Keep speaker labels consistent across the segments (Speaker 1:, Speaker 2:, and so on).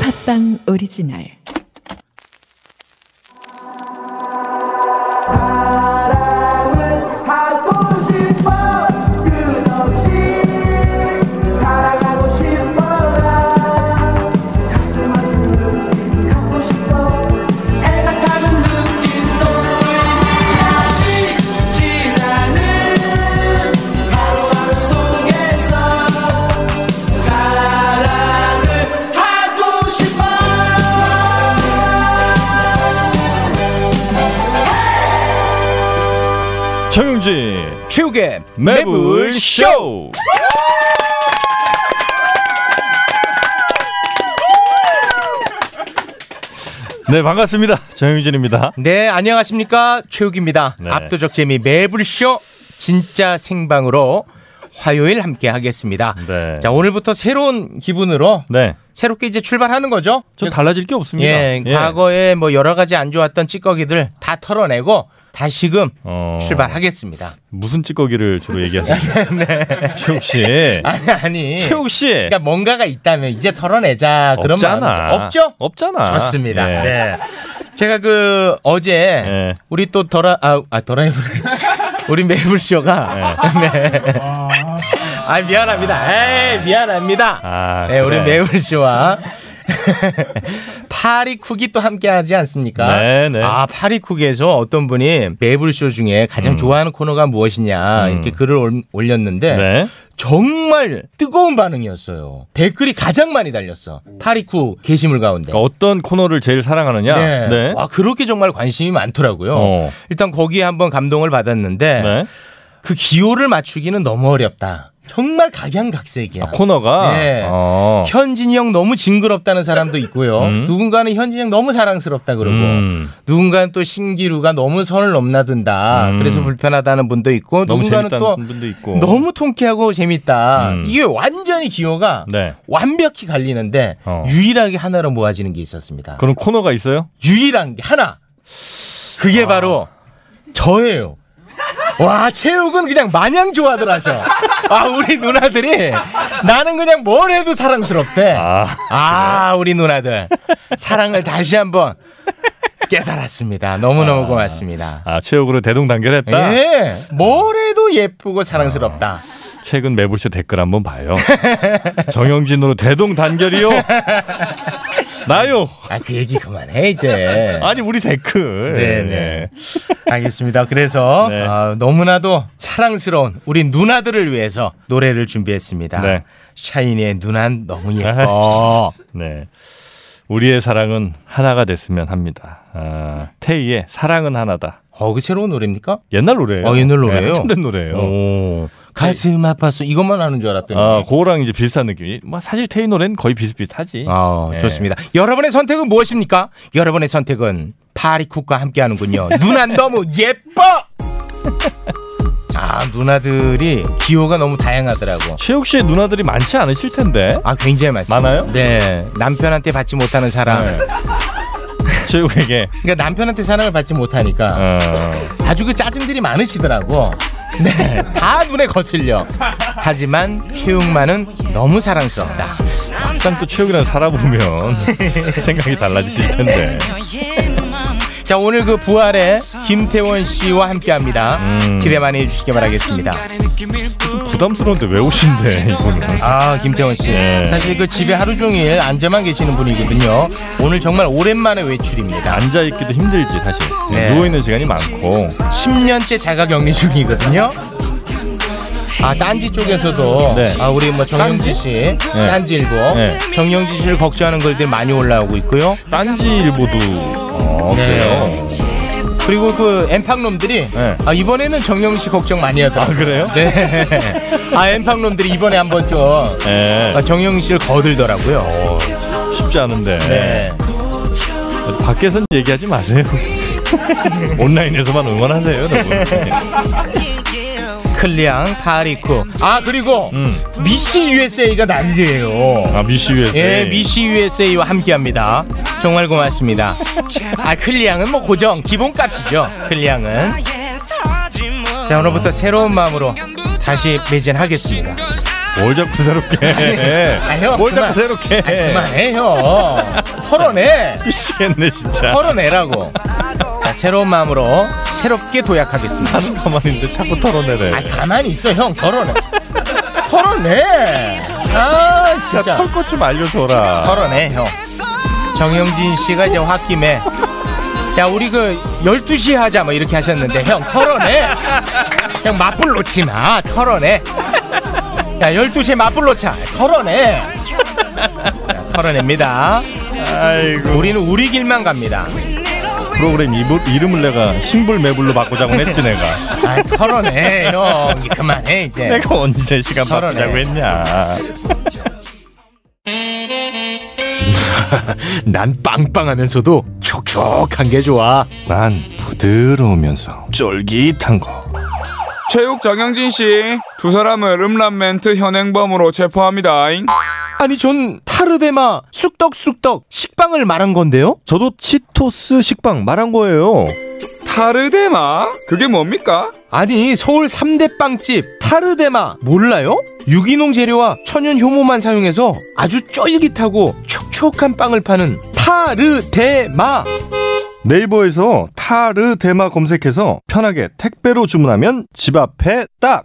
Speaker 1: 팟빵 오리지널
Speaker 2: 사랑을 하고 싶어 끝없이 사랑하고 싶어라 가슴을 눈이 갖고 싶어 애틋하는 눈길도 다시 지나는 하루하루 속에서 사랑을 하고 싶어
Speaker 3: 정영진
Speaker 4: 최욱의
Speaker 3: 매불 쇼. 네 반갑습니다. 정영진입니다.
Speaker 4: 네 안녕하십니까 최욱입니다.
Speaker 3: 네.
Speaker 4: 압도적 재미 매불쇼 진짜 생방으로 화요일 함께 하겠습니다.
Speaker 3: 네.
Speaker 4: 자 오늘부터 새로운 기분으로
Speaker 3: 네,
Speaker 4: 새롭게 이제 출발하는 거죠.
Speaker 3: 좀 달라질 게 없습니다.
Speaker 4: 예, 과거에 뭐 여러 가지 안 좋았던 찌꺼기들 다 털어내고 다시금
Speaker 3: 어,
Speaker 4: 출발하겠습니다.
Speaker 3: 무슨 찌꺼기를 주로 얘기하세요? 네. 최욱 씨,
Speaker 4: 아니 아니.
Speaker 3: 최욱 씨.
Speaker 4: 그러니까 뭔가가 있다면 이제 털어내자 그런
Speaker 3: 없잖아.
Speaker 4: 마음 없죠?
Speaker 3: 없잖아.
Speaker 4: 좋습니다.
Speaker 3: 예.
Speaker 4: 네. 제가 그 어제
Speaker 3: 예.
Speaker 4: 우리 또 더라 아, 아 더라이브 우리 매블 쇼가
Speaker 3: 예.
Speaker 4: 네. 아 미안합니다. 에이 미안합니다.
Speaker 3: 아,
Speaker 4: 네, 우리
Speaker 3: 그래.
Speaker 4: 매블 쇼와 파리쿡이 또 함께하지 않습니까?
Speaker 3: 네, 네.
Speaker 4: 아 파리쿡에서 어떤 분이 매블 쇼 중에
Speaker 3: 음.
Speaker 4: 가장 좋아하는 코너가 무엇이냐 이렇게 글을 올- 올렸는데
Speaker 3: 네.
Speaker 4: 정말 뜨거운 반응이었어요. 댓글이 가장 많이 달렸어. 파리쿠 게시물 가운데.
Speaker 3: 그러니까 어떤 코너를 제일 사랑하느냐?
Speaker 4: 네. 아, 그렇게 정말 관심이 많더라고요.
Speaker 3: 어.
Speaker 4: 일단 거기에 한번 감동을 받았는데
Speaker 3: 네.
Speaker 4: 그 기호를 맞추기는 너무 어렵다. 정말 각양각색이야.
Speaker 3: 아, 코너가
Speaker 4: 네.
Speaker 3: 어.
Speaker 4: 현진이 형 너무 징그럽다는 사람도 있고요.
Speaker 3: 음.
Speaker 4: 누군가는 현진이 형 너무 사랑스럽다 그러고
Speaker 3: 음.
Speaker 4: 누군가는 또 신기루가 너무 선을 넘나든다.
Speaker 3: 음.
Speaker 4: 그래서 불편하다는 분도 있고
Speaker 3: 너무
Speaker 4: 누군가는
Speaker 3: 재밌다는
Speaker 4: 또
Speaker 3: 분도 있고.
Speaker 4: 너무 통쾌하고 재밌다.
Speaker 3: 음.
Speaker 4: 이게 완전히 기호가
Speaker 3: 네.
Speaker 4: 완벽히 갈리는데
Speaker 3: 어.
Speaker 4: 유일하게 하나로 모아지는 게 있었습니다.
Speaker 3: 그런 코너가 있어요?
Speaker 4: 유일한 게 하나. 그게 바로 저예요. 와, 체육은 그냥 마냥 좋아들 하셔. 아, 우리 누나들이 나는 그냥 뭘 해도 사랑스럽대.
Speaker 3: 아.
Speaker 4: 아, 우리 누나들. 사랑을 다시 한번 깨달았습니다. 너무너무 고맙습니다.
Speaker 3: 아, 최욱으로 대동단결했다.
Speaker 4: 예, 뭘 해도 예쁘고 사랑스럽다.
Speaker 3: 최근 매불쇼 댓글 한번 봐요. 정영진으로 대동단결이요. 나요.
Speaker 4: 아, 그 얘기 그만해, 이제.
Speaker 3: 아니 우리 댓글.
Speaker 4: 네. 네네. 알겠습니다. 그래서
Speaker 3: 네.
Speaker 4: 아, 너무나도 사랑스러운 우리 누나들을 위해서 노래를 준비했습니다.
Speaker 3: 네.
Speaker 4: 샤이니의 누난 너무 예뻐.
Speaker 3: 네. 우리의 사랑은 하나가 됐으면 합니다. 아, 태희의 사랑은 하나다.
Speaker 4: 어, 그 새로운 노래입니까?
Speaker 3: 옛날 노래예요.
Speaker 4: 어, 옛날 노래예요?
Speaker 3: 네, 참된 노래예요.
Speaker 4: 오, 가슴 아파서 이것만 하는 줄 알았더니.
Speaker 3: 아, 그거랑 이제 비슷한 느낌이. 뭐 사실 태희 노래는 거의 비슷비슷하지.
Speaker 4: 어,
Speaker 3: 네.
Speaker 4: 좋습니다. 여러분의 선택은 무엇입니까? 여러분의 선택은 파리쿡과 함께하는군요. 누난 너무 예뻐. 아 누나들이 기호가 너무 다양하더라고.
Speaker 3: 최욱 씨의 누나들이 많지 않으실 텐데.
Speaker 4: 아 굉장히 많습니다.
Speaker 3: 많아요?
Speaker 4: 네 남편한테 받지 못하는 사랑.
Speaker 3: 네. 최욱에게
Speaker 4: 그러니까 남편한테 사랑을 받지 못하니까
Speaker 3: 어,
Speaker 4: 아주 그 짜증들이 많으시더라고. 네, 다 눈에 거슬려. 하지만 최욱만은 너무 사랑스럽다.
Speaker 3: 막상 또 최욱이랑 살아보면 생각이 달라지실 텐데.
Speaker 4: 자, 오늘 그 부활의 김태원 씨와 함께합니다.
Speaker 3: 음.
Speaker 4: 기대 많이 해주시기 바라겠습니다.
Speaker 3: 부담스러운데 왜 오신대 이분은.
Speaker 4: 아, 김태원 씨.
Speaker 3: 네.
Speaker 4: 사실 그 집에 하루 종일 앉아만 계시는 분이거든요. 오늘 정말 오랜만에 외출입니다.
Speaker 3: 앉아 있기도 힘들지 사실.
Speaker 4: 네.
Speaker 3: 누워 있는 시간이 많고.
Speaker 4: 10년째 자가격리 중이거든요. 아 딴지 쪽에서도
Speaker 3: 네.
Speaker 4: 아 우리 뭐 정영진 씨, 딴지 일보,
Speaker 3: 네.
Speaker 4: 정영진 씨를 걱정하는 글들 많이 올라오고 있고요.
Speaker 3: 딴지 일보도 어,
Speaker 4: 네.
Speaker 3: 그래요.
Speaker 4: 그리고 그 엠팡놈들이
Speaker 3: 네.
Speaker 4: 아 이번에는 정영진 씨 걱정 많이 하더라고요.
Speaker 3: 아, 그래요?
Speaker 4: 네. 아 엠팡놈들이 이번에 한번 좀
Speaker 3: 예.
Speaker 4: 아, 정영진 씨를 거들더라고요.
Speaker 3: 어, 쉽지 않은데.
Speaker 4: 네.
Speaker 3: 밖에선 얘기하지 마세요. 온라인에서만 응원하세요, 여러분.
Speaker 4: 클리앙, 파리쿠. 아 그리고
Speaker 3: 음.
Speaker 4: 미시 USA가 난리예요.
Speaker 3: 아, 미시위에서.
Speaker 4: 예, 미시 USA와 함께합니다. 정말 고맙습니다. 아, 클리앙은 뭐 고정 기본값이죠. 클리앙은
Speaker 5: 자 오늘부터
Speaker 4: 새로운 마음으로
Speaker 5: 다시
Speaker 4: 다시 매진하겠습니다.
Speaker 5: 뵙겠습니다.
Speaker 3: 뭘 자꾸 새롭게 해.
Speaker 4: 아, 형,
Speaker 3: 뭘
Speaker 4: 그만.
Speaker 3: 자꾸 새롭게
Speaker 4: 아니,
Speaker 3: 해.
Speaker 4: 그만해, 형. 털어내.
Speaker 3: 미치겠네, 진짜.
Speaker 4: 털어내라고. 자, 새로운 마음으로 새롭게 도약하겠습니다.
Speaker 3: 하는 가만인데 자꾸 털어내래.
Speaker 4: 아, 가만히 있어, 형. 털어내. 털어내. 아,
Speaker 3: 야,
Speaker 4: 진짜.
Speaker 3: 털것 좀 알려줘라.
Speaker 4: 털어내, 형. 정영진 씨가 이제 홧김에 야, 우리 그 12시 하자 뭐 이렇게 하셨는데 형 털어내. 형 맞불 놓지 마. 털어내. 야, 12시에 맞불 놓자. 털어내. 야, 털어냅니다.
Speaker 3: 아이고.
Speaker 4: 우리는 우리 길만 갑니다.
Speaker 3: 프로그램 이불, 이름을 내가 신불매불로 바꾸자고 했지, 내가.
Speaker 4: 아, 털어내. 형 이제 그만해 이제.
Speaker 3: 내가 언제 시간
Speaker 4: 털어내.
Speaker 3: 바꾸자고 했냐.
Speaker 4: 난 빵빵하면서도 촉촉한 게 좋아.
Speaker 3: 난 부드러우면서 쫄깃한 거.
Speaker 5: 체육 정영진 씨, 두 사람을 음란멘트 현행범으로 체포합니다.
Speaker 4: 아니 전 타르데마 쑥떡쑥떡 식빵을 말한 건데요.
Speaker 3: 저도 치토스 식빵 말한 거예요.
Speaker 5: 타르데마? 그게 뭡니까?
Speaker 4: 아니 서울 3대 빵집 타르데마 몰라요? 유기농 재료와 천연 효모만 사용해서 아주 쫄깃하고 촉촉한 빵을 파는 타르데마.
Speaker 3: 네이버에서 타르데마 검색해서 편하게 택배로 주문하면 집 앞에 딱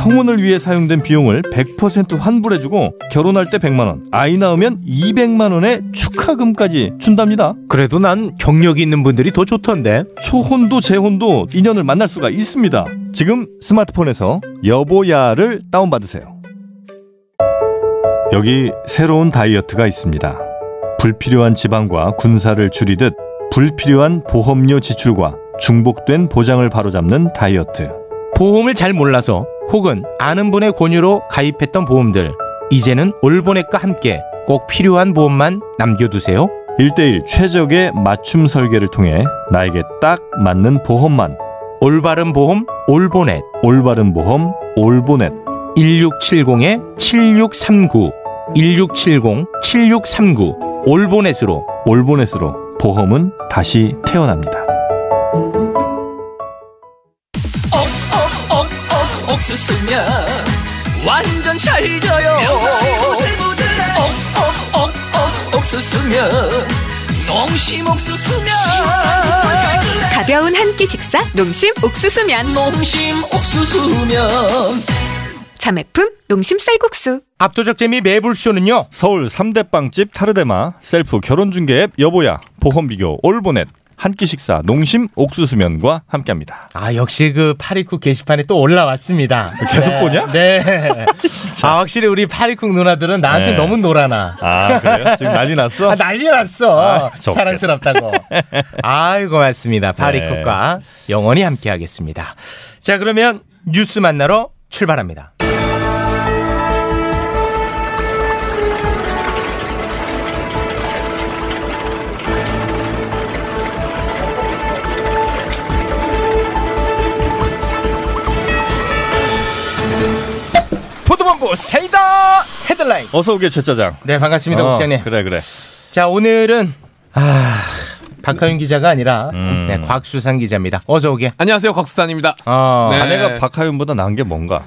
Speaker 3: 성혼을 위해 사용된 비용을 100% 환불해주고 결혼할 때 100만 원, 아이 낳으면 200만 원의 축하금까지 준답니다.
Speaker 4: 그래도 난 경력이 있는 분들이 더 좋던데.
Speaker 3: 초혼도 재혼도 인연을 만날 수가 있습니다. 지금 스마트폰에서 여보야를 다운받으세요. 여기 새로운 다이어트가 있습니다. 불필요한 지방과 군사를 줄이듯 불필요한 보험료 지출과 중복된 보장을 바로잡는 다이어트.
Speaker 4: 보험을 잘 몰라서 혹은 아는 분의 권유로 가입했던 보험들. 이제는 올보넷과 함께 꼭 필요한 보험만 남겨두세요.
Speaker 3: 1대1 최적의 맞춤 설계를 통해 나에게 딱 맞는 보험만
Speaker 4: 올바른 보험 올보넷
Speaker 3: 올바른 보험 올보넷
Speaker 4: 1670-7639 1670-7639 올보넷으로
Speaker 3: 올보넷으로 보험은 다시 태어납니다.
Speaker 6: 어, 옥수수면 완전 잘져요 어, 옥옥옥옥 옥수수면 농심 옥수수면
Speaker 7: 가벼운 한 끼 식사 농심 옥수수면
Speaker 6: 농심 옥수수면
Speaker 7: 자매품 농심 쌀국수
Speaker 4: 압도적 재미 매불쇼는요
Speaker 3: 서울 3대 빵집 타르데마 셀프 결혼중개 앱 여보야 보험비교 올보넷 한끼 식사 농심 옥수수면과 함께합니다.
Speaker 4: 아 역시 그 파리쿡 게시판에 또 올라왔습니다
Speaker 3: 계속 보냐?
Speaker 4: 네 아, 확실히 우리 파리쿡 누나들은 나한테
Speaker 3: 네.
Speaker 4: 너무 놀아나
Speaker 3: 아 그래요? 지금 난리 났어?
Speaker 4: 아, 난리 났어.
Speaker 3: 아, 좋게.
Speaker 4: 사랑스럽다고. 아유, 고맙습니다. 파리쿡과 영원히 함께하겠습니다. 자, 그러면 뉴스 만나러 출발합니다. 포도본부 세이다 헤드라인.
Speaker 3: 어서 오게 최짜장. 어,
Speaker 4: 네, 반갑습니다, 국장님.
Speaker 3: 그래 그래.
Speaker 4: 자 오늘은 아 박하윤 기자가 아니라 네, 곽수상 기자입니다. 어서 오게.
Speaker 8: 안녕하세요 곽수단입니다.
Speaker 4: 어,
Speaker 8: 네.
Speaker 3: 아내가 박하윤보다 나은 게 뭔가?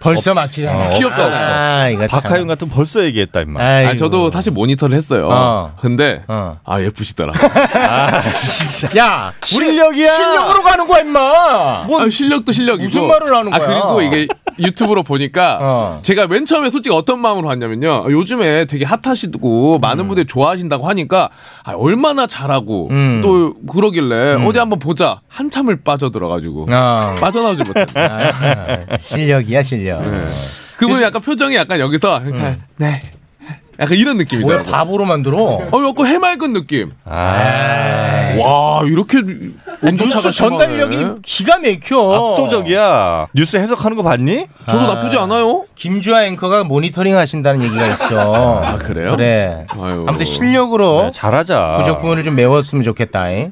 Speaker 4: 벌써 막히잖아.
Speaker 3: 어,
Speaker 8: 귀엽다.
Speaker 4: 아, 이거 참.
Speaker 3: 박하윤 같은 벌써 얘기했다 임마.
Speaker 4: 아이고.
Speaker 8: 아, 저도 사실 모니터를 했어요.
Speaker 4: 어.
Speaker 8: 근데
Speaker 4: 어.
Speaker 8: 아 예쁘시더라.
Speaker 4: 야
Speaker 3: 실력이야.
Speaker 4: 실력으로 가는 거야 임마.
Speaker 8: 아, 실력도 실력이고.
Speaker 4: 무슨 말을 하는
Speaker 8: 아,
Speaker 4: 거야?
Speaker 8: 그리고 이게 유튜브로 보니까
Speaker 4: 어.
Speaker 8: 제가 맨 처음에 솔직히 어떤 마음으로 왔냐면요. 요즘에 되게 핫하시고 많은 분들이 좋아하신다고 하니까 아, 얼마나 잘하고
Speaker 4: 음.
Speaker 8: 또 그러길래 어디 한번 보자. 한참을 빠져들어가지고
Speaker 4: 어.
Speaker 8: 빠져나오지 못해.
Speaker 4: 아, 실력이야 실력. 음.
Speaker 8: 그분 약간 표정이 약간 여기서 약간 그러니까 네. 약간 이런
Speaker 4: 왜
Speaker 8: 느낌이더라고.
Speaker 4: 바보로 만들어?
Speaker 8: 어, 약간 해맑은 느낌.
Speaker 3: 아,
Speaker 4: 에이.
Speaker 8: 와, 이렇게
Speaker 4: 네. 뉴스
Speaker 8: 온도차가
Speaker 4: 전달력이
Speaker 8: 심하네.
Speaker 4: 기가 막혀.
Speaker 3: 압도적이야. 뉴스 해석하는 거 봤니?
Speaker 4: 아.
Speaker 8: 저도 나쁘지 않아요.
Speaker 4: 김주아 앵커가 모니터링 하신다는 얘기가 있어.
Speaker 8: 아, 그래요?
Speaker 4: 그래.
Speaker 8: 아유.
Speaker 4: 아무튼 실력으로
Speaker 3: 네, 잘하자.
Speaker 4: 어?
Speaker 8: 아.
Speaker 4: 부족분을 좀 메웠으면 좋겠다. 잉.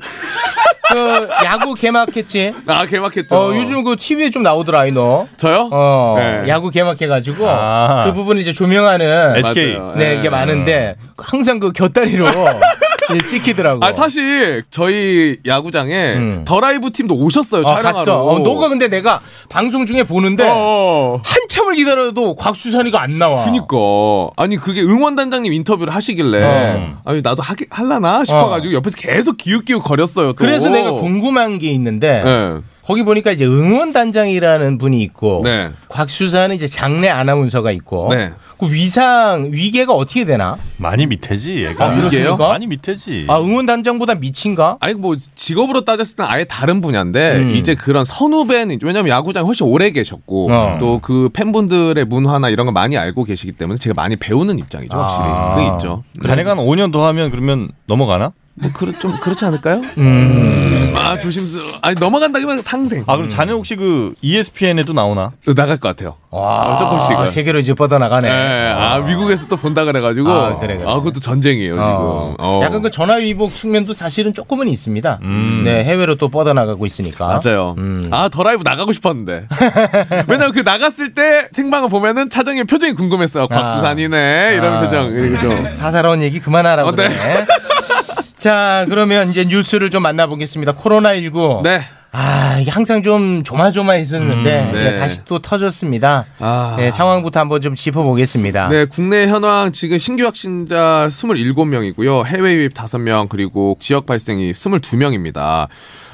Speaker 4: 그 야구 개막했지?
Speaker 8: 아, 개막했죠.
Speaker 4: 어, 요즘 그 TV에 좀 나오더라, 이 너.
Speaker 8: 저요?
Speaker 4: 어,
Speaker 8: 네.
Speaker 4: 야구 개막해가지고
Speaker 3: 아.
Speaker 4: 그 부분을 이제 조명하는
Speaker 3: 맞- SK.
Speaker 8: 맞아요.
Speaker 4: 네,
Speaker 8: 예.
Speaker 4: 게 많은데 항상 그 곁다리로 이제 찍히더라고.
Speaker 8: 아 사실 저희 야구장에
Speaker 4: 음.
Speaker 8: 더 라이브 팀도 오셨어요
Speaker 4: 어,
Speaker 8: 촬영하러.
Speaker 4: 갔어. 어, 너가 근데 내가 방송 중에 보는데
Speaker 8: 어.
Speaker 4: 한참을 기다려도 곽수산이가 안 나와.
Speaker 8: 그니까 아니 그게 응원단장님 인터뷰를 하시길래
Speaker 4: 어.
Speaker 8: 아니 나도 하기 할라나 싶어가지고 옆에서 계속 기웃기웃 거렸어요. 또.
Speaker 4: 래서 내가 궁금한 게 있는데
Speaker 8: 네.
Speaker 4: 거기 보니까 이제 응원단장이라는 분이 있고
Speaker 8: 네.
Speaker 4: 곽수산은 이제 장내 아나운서가 있고
Speaker 8: 네.
Speaker 4: 그 위상 위계가 어떻게 되나?
Speaker 3: 많이 밑에지 얘가.
Speaker 4: 아, 이게요?
Speaker 3: 많이 밑에지.
Speaker 8: 예.
Speaker 4: 아 응원단장보다 미친가?
Speaker 8: 아니 뭐 직업으로 따졌을 땐 아예 다른 분야인데
Speaker 4: 음.
Speaker 8: 이제 그런 선후배는 왜냐면 야구장 에 훨씬 오래 계셨고
Speaker 4: 어.
Speaker 8: 또 그 팬분들의 문화나 이런 거 많이 알고 계시기 때문에 제가 많이 배우는 입장이죠 확실히
Speaker 4: 아.
Speaker 8: 그게 있죠.
Speaker 3: 자네가 한 5년 더 하면 그러면 넘어가나?
Speaker 8: 뭐 그렇 좀 그렇지 않을까요?
Speaker 4: 음.
Speaker 8: 아 조심스 아니 넘어간다기보다 상생
Speaker 3: 아 그럼 자네 혹시 그 ESPN에도 나오나?
Speaker 8: 어, 나갈 것 같아요.
Speaker 4: 와,
Speaker 8: 조금씩은.
Speaker 4: 세계로 이제 뻗어나가네.
Speaker 8: 예, 아 미국에서 또 본다 그래가지고
Speaker 4: 아, 그래, 그래.
Speaker 8: 아, 그것도
Speaker 4: 어.
Speaker 8: 전쟁이에요 지금. 어.
Speaker 4: 약간 그 전화위복 측면도 사실은 조금은 있습니다.
Speaker 3: 음.
Speaker 4: 네, 해외로 또 뻗어나가고 있으니까.
Speaker 8: 맞아요.
Speaker 4: 음.
Speaker 8: 아 더 라이브 나가고 싶었는데 왜냐면 그 나갔을 때 생방을 보면은 차정의 표정이 궁금했어요. 곽수산이네 이런
Speaker 4: 아.
Speaker 8: 표정 이런 표정.
Speaker 4: 사사로운 얘기 그만하라고
Speaker 8: 어, 네.
Speaker 4: 그러네. 자, 그러면 이제 뉴스를 좀 만나보겠습니다. 코로나19.
Speaker 8: 네.
Speaker 4: 아, 이게 항상 좀 조마조마했었는데
Speaker 8: 네.
Speaker 4: 이제 다시 또 터졌습니다.
Speaker 8: 아.
Speaker 4: 네, 상황부터 한번 좀 짚어보겠습니다.
Speaker 8: 네, 국내 현황 지금 신규 확진자 27명이고요. 해외 유입 5명 그리고 지역 발생이 22명입니다.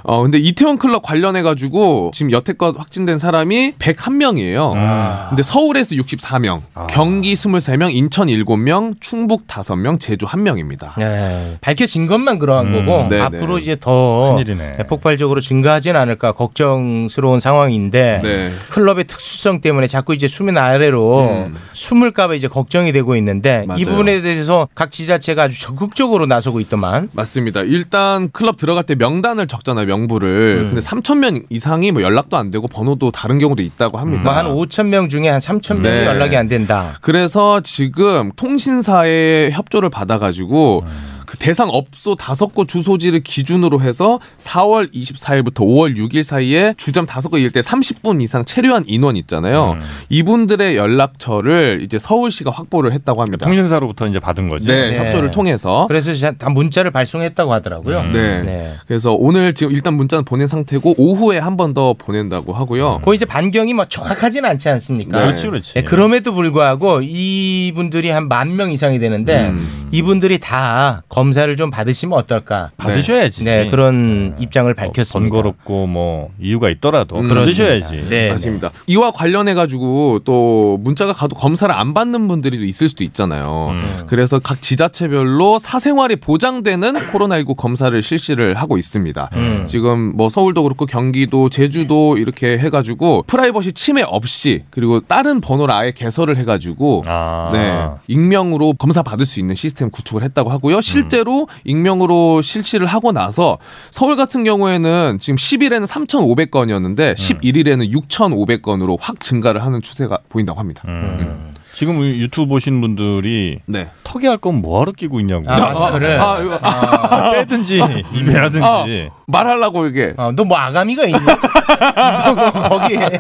Speaker 8: 어 근데 이태원 클럽 관련해 가지고 지금 여태껏 확진된 사람이 101명이에요.
Speaker 4: 아.
Speaker 8: 근데 서울에서 64명, 경기 23명, 인천 7명, 충북 5명, 제주 1명입니다.
Speaker 4: 네, 밝혀진 것만 그러한
Speaker 3: 음,
Speaker 4: 거고
Speaker 8: 네,
Speaker 4: 앞으로
Speaker 8: 네.
Speaker 4: 이제 더 예,
Speaker 3: 큰일이네.
Speaker 4: 폭발적으로 증가하진 않을까 걱정스러운 상황인데
Speaker 8: 네.
Speaker 4: 클럽의 특수성 때문에 자꾸 이제 수면 아래로 숨을까봐 이제 걱정이 되고 있는데 이
Speaker 8: 음. 맞아요.
Speaker 4: 부분에 대해서 각 지자체가 아주 적극적으로 나서고 있더만.
Speaker 8: 맞습니다. 일단 클럽 들어갈 때 명단을 적잖아요,
Speaker 4: 음.
Speaker 8: 명부를. 근데 3천 명 이상이 뭐 연락도 안 되고 번호도 다른 경우도 있다고 합니다.
Speaker 4: 음. 뭐한 5천 명 중에 한 3천 명이
Speaker 8: 아. 네.
Speaker 4: 연락이 안 된다.
Speaker 8: 그래서 지금 통신사의 협조를 받아가지고
Speaker 4: 음.
Speaker 8: 그 대상 업소 다섯 곳 주소지를 기준으로 해서 4월 24일부터 5월 6일 사이에 주점 다섯 곳 일대 30분 이상 체류한 인원
Speaker 4: 음.
Speaker 8: 있잖아요. 이분들의 연락처를 이제 서울시가 확보를 했다고 합니다.
Speaker 3: 통신사로부터 이제 받은 거지.
Speaker 8: 네,
Speaker 4: 네.
Speaker 8: 협조를 통해서.
Speaker 4: 그래서 이제 다 문자를 발송했다고 하더라고요.
Speaker 8: 네. 그래서 오늘 지금 일단 문자는 보낸 상태고 오후에 한 번 더 보낸다고 하고요.
Speaker 4: 그 이제 반경이 뭐 정확하진 않지 않습니까?
Speaker 8: 네.
Speaker 3: 그렇지 그렇지.
Speaker 4: 네, 그럼에도 불구하고 이분들이 한 만 명 이상이 되는데
Speaker 8: 음.
Speaker 4: 이분들이 다 검사를 좀 받으시면 어떨까?
Speaker 3: 받으셔야지.
Speaker 4: 네, 그런 입장을 밝혔습니다.
Speaker 3: 번거롭고 뭐 이유가 있더라도
Speaker 8: 음,
Speaker 3: 받으셔야지.
Speaker 4: 네,
Speaker 8: 맞습니다. 이와 관련해 가지고 또 문자가 가도 검사를 안 받는 분들이 있을 수도 있잖아요. 그래서 각 지자체별로 사생활이 보장되는 코로나19 검사를 실시를 하고 있습니다. 지금 뭐 서울도 그렇고 경기도, 제주도 이렇게 해 가지고 프라이버시 침해 없이 그리고 다른 번호를 아예 개설을 해 가지고
Speaker 3: 아.
Speaker 8: 네. 익명으로 검사 받을 수 있는 시스템 구축을 했다고
Speaker 4: 음.
Speaker 8: 하고요. 실제로 익명으로 실시를 하고 나서 서울 같은 경우에는 지금 10일에는 3,500건이었는데
Speaker 4: 음.
Speaker 8: 11일에는 6,500건으로 확 증가를 하는 추세가 보인다고 합니다.
Speaker 3: 음. 지금 유튜브 보신 분들이
Speaker 8: 네.
Speaker 3: 턱이 할 건 뭐하러 끼고 있냐고.
Speaker 4: 아, 마스크를.
Speaker 8: 아, 이거, 아,
Speaker 3: 빼든지 입에라든지.
Speaker 8: 아, 말하려고 이게
Speaker 4: 어, 너 뭐 아가미가 있니? 이거 거기에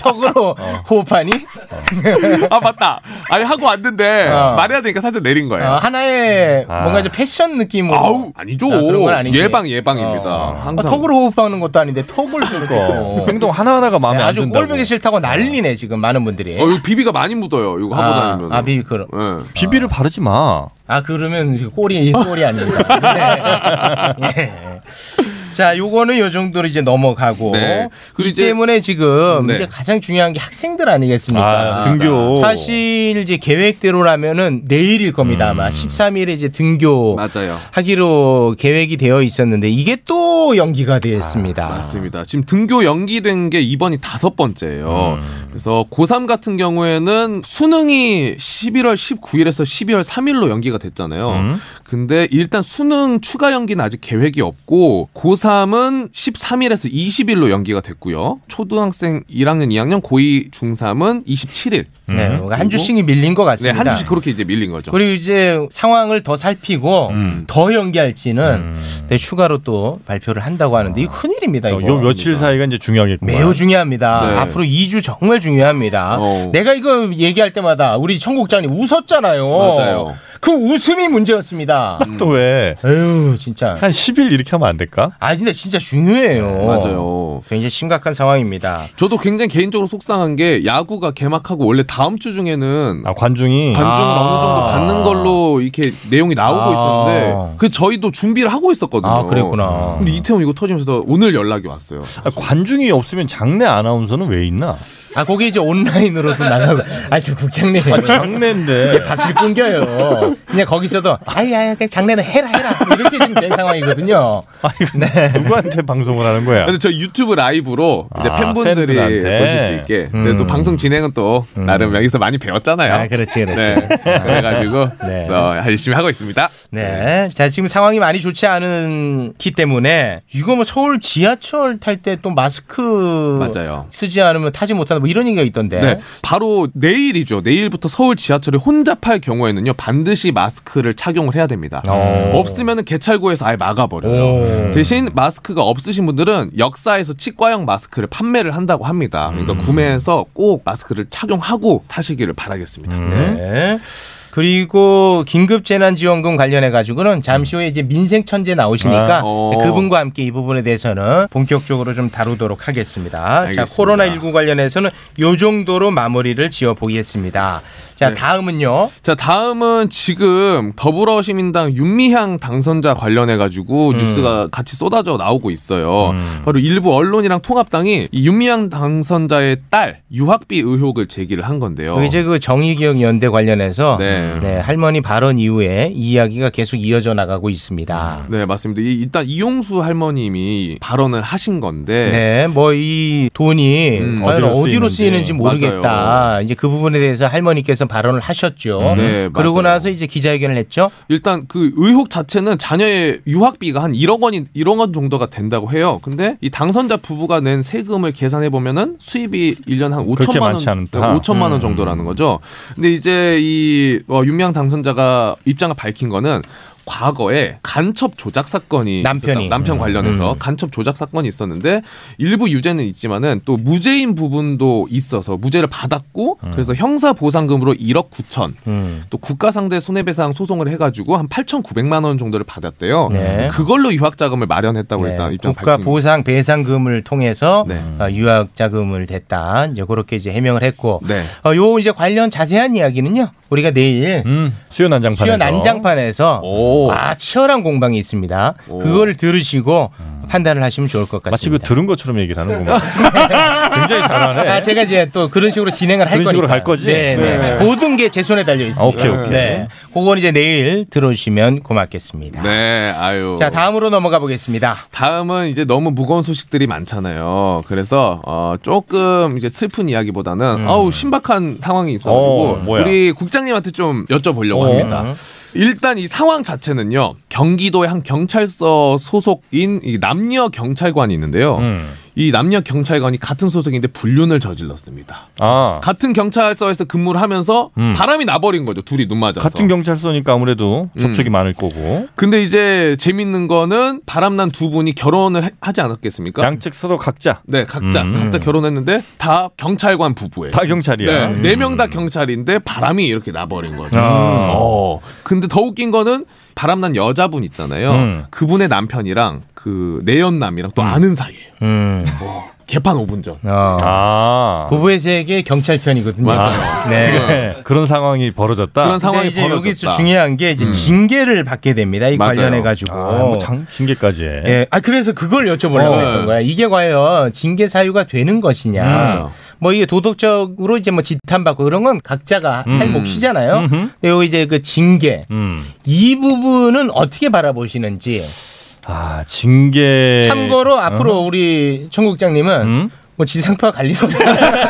Speaker 4: 턱으로 호흡하니?
Speaker 8: 아 맞다. 아니 하고 왔는데
Speaker 4: 어.
Speaker 8: 말해야 되니까 살짝 내린
Speaker 4: 어,
Speaker 8: 거예요.
Speaker 4: 하나의
Speaker 3: 아.
Speaker 4: 뭔가 이제 패션 느낌으로.
Speaker 8: 네. 아우 아니죠.
Speaker 4: 아, 그런 건 아니지.
Speaker 8: 예방 예방입니다.
Speaker 4: 아,
Speaker 8: 항상
Speaker 4: 턱으로 호흡하는 것도 아닌데 턱을
Speaker 3: 어.
Speaker 4: 들고.
Speaker 3: 행동 하나하나가 마음에
Speaker 4: 네,
Speaker 3: 안
Speaker 4: 아주
Speaker 3: 든다고.
Speaker 4: 꼴보기 싫다고 난리네 지금 많은 분들이.
Speaker 8: 어, 이거 비비가 많이 묻어요. 이거 하고 다니면.
Speaker 4: 아, 비비 그럼.
Speaker 8: 예.
Speaker 3: 비비를 바르지 마.
Speaker 4: 아 그러면 이제 꼬리 꼬리 아닙니다. 네. 예. 자, 요거는 요 정도로 이제 넘어가고
Speaker 8: 네. 그리고
Speaker 4: 이
Speaker 8: 이제-
Speaker 4: 때문에 지금
Speaker 8: 네.
Speaker 4: 이제 가장 중요한 게 학생들 아니겠습니까?
Speaker 3: 아, 등교.
Speaker 4: 그러니까. 사실 이제 계획대로라면은 내일일 겁니다.
Speaker 3: 음.
Speaker 4: 아마 13일에 이제 등교
Speaker 8: 맞아요.
Speaker 4: 하기로 계획이 되어 있었는데 이게 또 연기가 되었습니다.
Speaker 8: 아, 맞습니다. 지금 등교 연기된 게 이번이 다섯
Speaker 3: 음.
Speaker 8: 번째예요.
Speaker 4: 음.
Speaker 8: 그래서 고3 같은 경우에는 수능이 11월 19일에서 12월 3일로 연기가 됐잖아요.
Speaker 4: 음.
Speaker 8: 근데 일단 수능 추가 연기는 아직 계획이 없고 고3은 13일에서 20일로 연기가 됐고요. 초등학생 1학년, 2학년, 고2, 중3은 27일.
Speaker 3: 음.
Speaker 4: 네, 한
Speaker 8: 그리고-
Speaker 4: 주씩이 밀린 것
Speaker 8: 네,
Speaker 4: 같습니다.
Speaker 8: 한 주씩 그렇게 이제 밀린 거죠.
Speaker 4: 그리고 이제 상황을 더 살피고
Speaker 3: 음.
Speaker 4: 더 연기할지는 네, 추가로 또 발표를 한다고 하는데 이거 큰일입니다. 이거.
Speaker 3: 아. 요 며칠 사이가 이제 중요하겠구만.
Speaker 4: 매우 중요합니다.
Speaker 8: 네.
Speaker 4: 앞으로 2주 정말 중요합니다.
Speaker 8: 어우.
Speaker 4: 내가 이거 얘기할 때마다 우리 청국장님 웃었잖아요.
Speaker 8: 맞아요.
Speaker 4: 그 웃음이 문제였습니다.
Speaker 3: 또 왜?
Speaker 4: 에휴, 진짜.
Speaker 3: 한 10일 이렇게 하면 안 될까?
Speaker 4: 아, 근데 진짜 중요해요.
Speaker 8: 네, 맞아요.
Speaker 4: 굉장히 심각한 상황입니다.
Speaker 8: 저도 굉장히 개인적으로 속상한 게 야구가 개막하고 원래 다음 주 중에는
Speaker 3: 아, 관중이
Speaker 8: 관중을
Speaker 4: 아.
Speaker 8: 어느 정도 받는 걸로 이렇게 내용이 나오고
Speaker 4: 아.
Speaker 8: 있었는데 그 저희도 준비를 하고 있었거든요.
Speaker 4: 아, 그랬구나.
Speaker 8: 근데 이태원 이거 터지면서 오늘 연락이 왔어요.
Speaker 3: 아, 관중이 없으면 장내 아나운서는 왜 있나?
Speaker 4: 아, 거기 이제 온라인으로도 나가고. 아, 저 국장님.
Speaker 3: 예. 장내인데.
Speaker 4: 네. 밥질 끊겨요. 그냥 거기서도, 아이, 아이, 그냥 장례는 해라, 해라. 이렇게 지금 된 상황이거든요.
Speaker 3: 아, 이거 누구한테 방송을 하는 거야?
Speaker 8: 근데 저 유튜브 라이브로 이제
Speaker 3: 아,
Speaker 8: 팬분들이
Speaker 3: 팬들한테.
Speaker 8: 보실 수 있게. 근데 또 방송 진행은 또 나름 여기서 많이 배웠잖아요.
Speaker 4: 음. 아, 그렇지, 그렇지.
Speaker 8: 네. 그래가지고
Speaker 4: 네.
Speaker 8: 어, 열심히 하고 있습니다.
Speaker 4: 네. 자, 지금 상황이 많이 좋지 않기 때문에 이거 뭐 서울 지하철 탈 때 또 마스크
Speaker 8: 맞아요.
Speaker 4: 쓰지 않으면 타지 못한다 뭐 이런 얘기가 있던데.
Speaker 8: 네. 바로 내일이죠. 내일부터 서울 지하철이 혼잡할 경우에는요. 반드시 마스크를 착용을 해야 됩니다.
Speaker 4: 어.
Speaker 8: 없으면 개찰구에서 아예 네. 막아버려요. 대신 마스크가 없으신 분들은 역사에서 치과형 마스크를 판매를 한다고 합니다. 그러니까 구매해서 꼭 마스크를 착용하고 타시기를 바라겠습니다.
Speaker 4: 네. 그리고 긴급 재난 지원금 관련해 가지고는 잠시 후에 이제 민생 천재 나오시니까
Speaker 3: 아,
Speaker 8: 어.
Speaker 4: 그분과 함께 이 부분에 대해서는 본격적으로 좀 다루도록 하겠습니다. 자,
Speaker 8: 알겠습니다.
Speaker 4: 코로나 19 관련해서는 요 정도로 마무리를 지어 보겠습니다.
Speaker 8: 네.
Speaker 4: 자, 다음은요.
Speaker 8: 자 다음은 지금 더불어시민당 윤미향 당선자 관련해 가지고 뉴스가 같이 쏟아져 나오고 있어요. 바로 일부 언론이랑 통합당이 이 윤미향 당선자의 딸 유학비 의혹을 제기를 한 건데요.
Speaker 4: 그 이제 그 정의기억 연대 관련해서
Speaker 8: 네.
Speaker 4: 네, 할머니 발언 이후에 이 이야기가 계속 이어져 나가고 있습니다.
Speaker 8: 네 맞습니다. 이- 일단 이용수 할머님이 발언을 하신 건데
Speaker 4: 네, 뭐 이 돈이
Speaker 8: 음,
Speaker 4: 과연
Speaker 3: 어디로
Speaker 4: 어디로, 쓰이는지
Speaker 3: 쓰이는지
Speaker 4: 모르겠다.
Speaker 8: 맞아요.
Speaker 4: 이제 그 부분에 대해서 할머니께서 발언을 하셨죠.
Speaker 8: 네,
Speaker 4: 그러고
Speaker 8: 맞아요.
Speaker 4: 나서 이제 기자회견을 했죠.
Speaker 8: 일단 그 의혹 자체는 자녀의 유학비가 한 1억 원이 1억 원 정도가 된다고 해요. 근데 이 당선자 부부가 낸 세금을 계산해 보면은 수입이 1년 한
Speaker 3: 그렇게
Speaker 8: 5천만 원
Speaker 3: 많지 않다. 음.
Speaker 8: 5천만 원 정도라는 거죠. 근데 이제 이 어, 윤미향 당선자가 입장을 밝힌 거는 과거에 간첩 조작 사건이
Speaker 4: 남편이.
Speaker 8: 있었다.
Speaker 3: 음.
Speaker 8: 남편 관련해서 간첩 조작 사건이 있었는데 일부 유죄는 있지만은 또 무죄인 부분도 있어서 무죄를 받았고
Speaker 3: 음.
Speaker 8: 그래서 형사 보상금으로 1억 9천
Speaker 4: 음.
Speaker 8: 또 국가 상대 손해배상 소송을 해가지고 한 8,900만 원 정도를 받았대요.
Speaker 4: 네.
Speaker 8: 그걸로 유학 자금을 마련했다고
Speaker 4: 네,
Speaker 8: 뭐 일단 입장
Speaker 4: 국가
Speaker 8: 밝힌.
Speaker 4: 보상 배상금을 통해서
Speaker 8: 네.
Speaker 4: 어, 유학 자금을 댔다. 이제 그렇게 이제 해명을 했고
Speaker 8: 네.
Speaker 4: 어, 요 이제 관련 자세한 이야기는요. 우리가 내일
Speaker 3: 음, 수요 난장판에서.
Speaker 4: 수요 난장판에서
Speaker 8: 오.
Speaker 4: 아 치열한 공방이 있습니다. 그걸 들으시고
Speaker 8: 음.
Speaker 4: 판단을 하시면 좋을 것
Speaker 3: 마치
Speaker 4: 같습니다.
Speaker 3: 그 들은 것처럼 얘기를 하는구만. 굉장히 잘하네.
Speaker 4: 아, 제가 이제 또 그런 식으로 진행을 할
Speaker 3: 그런
Speaker 4: 거니까.
Speaker 3: 식으로 갈 거지?
Speaker 4: 네, 네.
Speaker 3: 네.
Speaker 4: 모든 게 제 손에 달려 있습니다.
Speaker 3: 오케이, 오케이.
Speaker 4: 네. 그건 이제 내일 들어주시면 고맙겠습니다.
Speaker 8: 네, 아유.
Speaker 4: 자, 다음으로 넘어가 보겠습니다.
Speaker 8: 다음은 이제 너무 무거운 소식들이 많잖아요. 그래서 어, 조금 이제 슬픈 이야기보다는 아우 신박한 상황이
Speaker 3: 음. 어,
Speaker 8: 있어가지고
Speaker 3: 뭐야?
Speaker 8: 우리 국장님한테 좀 여쭤보려고
Speaker 3: 어.
Speaker 8: 합니다. 일단 이 상황 자체는요. 경기도의 한 경찰서 소속인 이 남녀 경찰관이 있는데요.
Speaker 3: 음.
Speaker 8: 이 남녀 경찰관이 같은 소속인데 불륜을 저질렀습니다.
Speaker 3: 아,
Speaker 8: 같은 경찰서에서 근무를 하면서
Speaker 3: 음.
Speaker 8: 바람이 나버린 거죠. 둘이 눈 맞아서.
Speaker 3: 같은 경찰서니까 아무래도 접촉이 많을 거고.
Speaker 8: 근데 이제 재밌는 거는 바람난 두 분이 결혼을 하- 하지 않았겠습니까?
Speaker 3: 양측 서로 각자
Speaker 8: 네, 각자
Speaker 3: 음.
Speaker 8: 각자 결혼했는데 다 경찰관 부부예요.
Speaker 3: 다 경찰이야. 음.
Speaker 8: 네
Speaker 4: 음.
Speaker 8: 명 다 경찰인데 바람이 이렇게 나버린 거죠.
Speaker 3: 아.
Speaker 8: 어. 근데 더 웃긴 거는 바람난 여자분 있잖아요.
Speaker 3: 음.
Speaker 8: 그분의 남편이랑 그 내연남이랑 또 아는 사이예요.
Speaker 4: 음.
Speaker 8: 개판 5분 전.
Speaker 4: 어.
Speaker 3: 아.
Speaker 4: 부부의 세계 경찰 편이거든요.
Speaker 8: 맞아요.
Speaker 4: 네.
Speaker 3: 네, 그런 상황이 벌어졌다.
Speaker 8: 그런
Speaker 4: 근데
Speaker 8: 상황이
Speaker 4: 이제 여기서
Speaker 8: 벌어졌다.
Speaker 4: 중요한 게 이제 징계를 받게 됩니다. 이
Speaker 8: 음. 맞아요.
Speaker 4: 관련해 가지고.
Speaker 3: 아, 뭐 장, 징계까지 해.
Speaker 4: 어. 예, 아 그래서 그걸 여쭤보려고
Speaker 8: 어.
Speaker 4: 했던 거야. 이게 과연 징계 사유가 되는 것이냐.
Speaker 3: 음.
Speaker 8: 맞아.
Speaker 4: 뭐 이게 도덕적으로 이제 뭐 지탄받고 그런 건 각자가 할 몫이잖아요.
Speaker 3: 음. 음흠.
Speaker 4: 근데 요 이제 그 징계
Speaker 3: 음.
Speaker 4: 이 부분은 어떻게 바라보시는지.
Speaker 3: 아, 징계.
Speaker 4: 참고로 앞으로 우리 청국장님은
Speaker 3: 예. 어. 음?
Speaker 4: 뭐 지상파 관리 없잖아.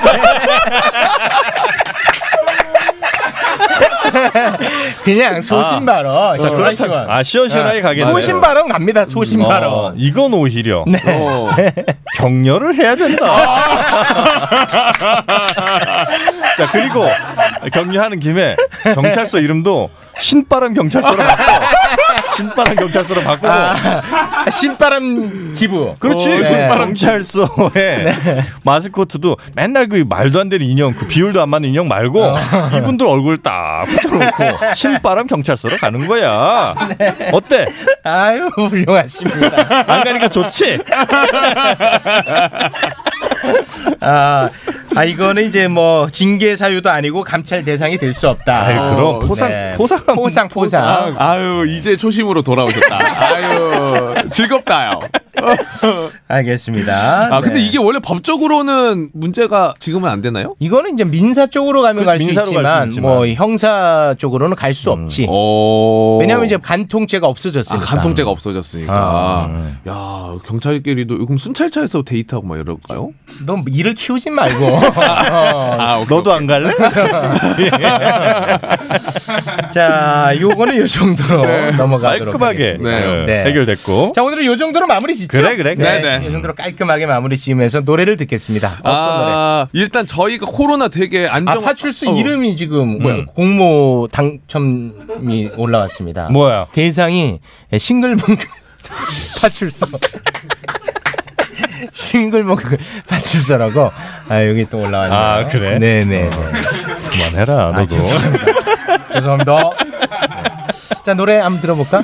Speaker 4: 그냥 소신발언 시원시원.
Speaker 3: 아, 시원시원하게 가겠네.
Speaker 4: 소신발언 갑니다. 소신발언.
Speaker 3: 어, 이건 오히려
Speaker 8: 어.
Speaker 3: 격려를 해야 된다. 자, 그리고 격려하는 김에 경찰서 이름도 신바람 경찰서로 바꿔. 신바람 경찰서로 바꾸고.
Speaker 4: 아, 신바람 지부.
Speaker 3: 그렇지.
Speaker 4: 어, 신바람
Speaker 3: 경찰서에
Speaker 4: 네.
Speaker 3: 마스코트도 맨날 그 말도 안 되는 인형, 그 비율도 안 맞는 인형 말고
Speaker 4: 어.
Speaker 3: 이분들 얼굴 딱 붙여놓고 신바람 경찰서로 가는 거야.
Speaker 4: 네.
Speaker 3: 어때?
Speaker 4: 아유 훌륭하십니다.
Speaker 3: 안 가니까 좋지?
Speaker 4: 아, 아 이거는 이제 뭐 징계 사유도 아니고 감찰 대상이 될 수 없다.
Speaker 3: 아이, 그럼
Speaker 4: 네.
Speaker 3: 포상, 포상.
Speaker 4: 포상 포상.
Speaker 8: 아유 이제 초심으로 돌아오셨다. 아유 즐겁다요.
Speaker 4: 알겠습니다.
Speaker 8: 아 근데
Speaker 4: 네.
Speaker 8: 이게 원래 법적으로는 문제가 지금은 안 되나요?
Speaker 4: 이거는 이제 민사 쪽으로 가면
Speaker 3: 그렇죠,
Speaker 4: 갈 수
Speaker 3: 민사로 갈수
Speaker 4: 있지만,
Speaker 3: 있지만. 음.
Speaker 4: 뭐 형사 쪽으로는 갈 수 없지.
Speaker 8: 어.
Speaker 4: 네. 왜냐하면 이제 간통죄가
Speaker 8: 아,
Speaker 4: 없어졌으니까.
Speaker 8: 간통죄가 없어졌으니까.
Speaker 4: 아,
Speaker 8: 야, 경찰끼리도 그럼 순찰차에서 데이트하고 막 이럴까요?
Speaker 4: 넌 일을 키우지 말고. 어.
Speaker 8: 아,
Speaker 3: 너도 안 갈래?
Speaker 4: 자, 요거는 요 정도로 넘어가도록
Speaker 3: 깔끔하게
Speaker 4: 하겠습니다.
Speaker 8: 네.
Speaker 3: 네. 해결됐고.
Speaker 4: 자, 오늘은 요 정도로 마무리 짓죠.
Speaker 3: 그래, 그래, 그래.
Speaker 8: 네, 네.
Speaker 4: 요 정도로 깔끔하게 마무리 지으면서 노래를 듣겠습니다. 어떤 노래?
Speaker 8: 아, 일단 저희가 코로나 되게
Speaker 4: 아,
Speaker 8: 안정
Speaker 4: 파출소
Speaker 8: 어. 음.
Speaker 4: 이름이 지금 뭐야? 공모 당첨이 올라왔습니다.
Speaker 3: 뭐야?
Speaker 4: 아. 대상이 싱글벙글 파출소. 싱글벙글 파출소라고 아, 여기 또 올라왔네요.
Speaker 3: 아, 그래?
Speaker 4: 네네.
Speaker 3: 그만해라, 너도.
Speaker 4: 아, 죄송합니다. 죄송합니다. 네. 자 노래 한번 들어볼까?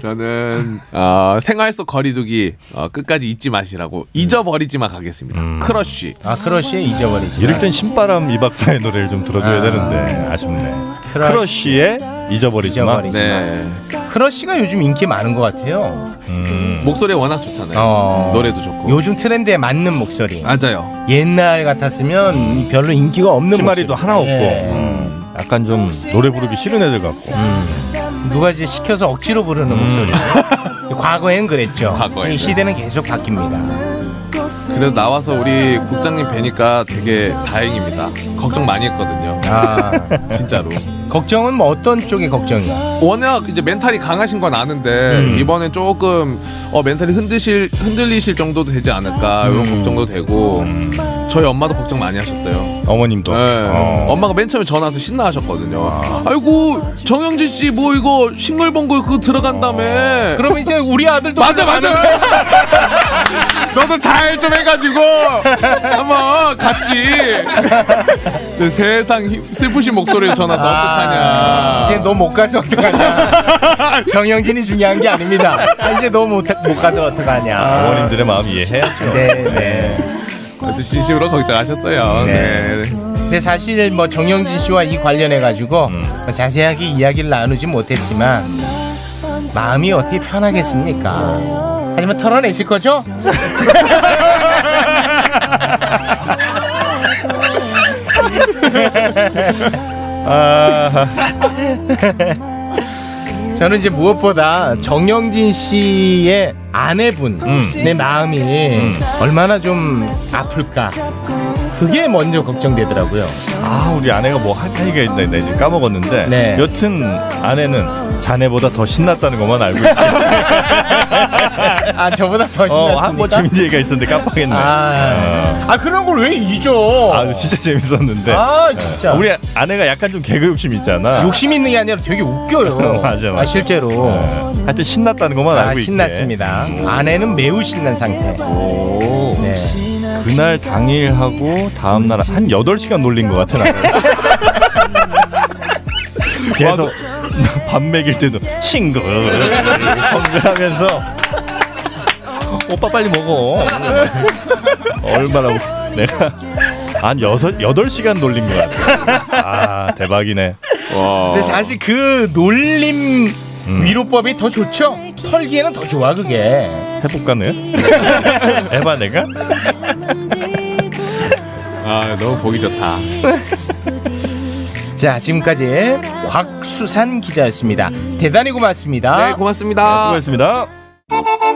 Speaker 8: 저는 어, 생활 속 거리두기 어, 끝까지 잊지
Speaker 4: 음.
Speaker 8: 마시라고 잊어버리지만 가겠습니다. 크러쉬.
Speaker 4: 아 크러쉬의 잊어버리지.
Speaker 3: 이럴 땐 신바람 이 박사의 노래를 좀 들어줘야
Speaker 4: 아.
Speaker 3: 되는데 아쉽네. 크러쉬의 잊어버리지 마.
Speaker 4: 잊어버리지.
Speaker 8: 네.
Speaker 4: 크러쉬가 요즘 인기 많은 것 같아요.
Speaker 8: 목소리가 워낙 좋잖아요.
Speaker 4: 어.
Speaker 8: 노래도 좋고.
Speaker 4: 요즘 트렌드에 맞는 목소리.
Speaker 8: 맞아요.
Speaker 4: 옛날 같았으면 별로 인기가 없는
Speaker 3: 희마리도
Speaker 4: 목소리.
Speaker 3: 그 하나 없고
Speaker 4: 예.
Speaker 3: 음, 약간 좀 노래 부르기 싫은 애들 같고
Speaker 4: 음. 누가 이제 시켜서 억지로 부르는 목소리. 음. 과거엔 그랬죠.
Speaker 8: 과거엔.
Speaker 4: 이 시대는 계속 바뀝니다.
Speaker 8: 그래도 나와서 우리 국장님 뵈니까 되게 다행입니다. 걱정 많이 했거든요.
Speaker 4: 아,
Speaker 8: 진짜로.
Speaker 4: 걱정은 뭐 어떤 쪽의 걱정이야?
Speaker 8: 워낙 이제 멘탈이 강하신 건 아는데
Speaker 4: 음.
Speaker 8: 이번엔 조금 어, 멘탈이 흔드실 흔들리실 정도도 되지 않을까 이런
Speaker 4: 음.
Speaker 8: 걱정도 되고 저희 엄마도 걱정 많이 하셨어요.
Speaker 3: 어머님도
Speaker 8: 네.
Speaker 3: 어.
Speaker 8: 엄마가 맨 처음에 전화와서 신나하셨거든요. 아이고 정영진 씨 뭐 이거 싱글벙글 그거 들어간다며.
Speaker 4: 그럼 이제 우리 아들도
Speaker 8: 맞아 맞아. 너도 잘 좀 해가지고 한번 같이 네, 세상 힘- 슬프신 목소리를 전화서
Speaker 4: 아.
Speaker 8: 어떡하냐.
Speaker 4: 이제 너 못 가서 어떡하냐? 정영진이 중요한 게 아닙니다. 아, 이제 너 못 못 가서 어떡하냐?
Speaker 3: 어머님들의 마음 이해해야죠.
Speaker 4: 네, 네.
Speaker 8: 아무튼 진심으로 걱정하셨어요.
Speaker 4: 네.
Speaker 8: 네.
Speaker 4: 근데 사실 뭐 정영진 씨와 이 관련해 가지고 뭐 자세하게 이야기를 나누진 못했지만 마음이 어떻게 편하겠습니까? 하지만 털어내실 거죠? 아. 저는 이제 무엇보다 정영진 씨의 아내분 내 마음이 얼마나 좀 아플까 그게 먼저 걱정되더라고요.
Speaker 3: 아 우리 아내가 뭐 할 얘기가 있나 했나 이제 까먹었는데
Speaker 4: 네.
Speaker 3: 여튼 아내는 자네보다 더 신났다는 것만 알고 있어.
Speaker 4: 아 저보다 더
Speaker 3: 어, 한번
Speaker 4: 신났습니까?
Speaker 3: 재밌는 얘기가 있었는데 깜빡했네.
Speaker 4: 아,
Speaker 3: 어.
Speaker 4: 아 그런 걸 왜 잊어?
Speaker 3: 아 진짜 재밌었는데
Speaker 4: 아, 진짜.
Speaker 3: 우리 아내가 약간 좀 개그 욕심 있잖아.
Speaker 4: 욕심 있는 게 아니라 되게 웃겨요.
Speaker 3: 맞아, 맞아.
Speaker 4: 아, 실제로.
Speaker 3: 어, 하여튼 신났다는 것만
Speaker 4: 아
Speaker 3: 알고 있대.
Speaker 4: 신났습니다. 아내는 매우 신난 상태.
Speaker 3: 오.
Speaker 4: 네.
Speaker 3: 그날 당일하고 다음 날 한 8시간 놀린 것 같아 나. 계속 밥 먹일 때도 싱글 하면서 오빠 빨리 먹어. 얼마나 웃- 내가 한 여섯 여덟 시간 놀린 것 같아. 아 대박이네.
Speaker 8: 와.
Speaker 4: 근데 사실 그 놀림
Speaker 3: 음.
Speaker 4: 위로법이 더 좋죠. 털기에는 더 좋아 그게.
Speaker 3: 해볼까 내? 해봐 내가?
Speaker 8: 아, 너무 보기 좋다.
Speaker 4: 네, 자 지금까지 곽수산 기자였습니다. 대단히 고맙습니다.
Speaker 8: 네, 고맙습니다.
Speaker 3: 수고했습니다.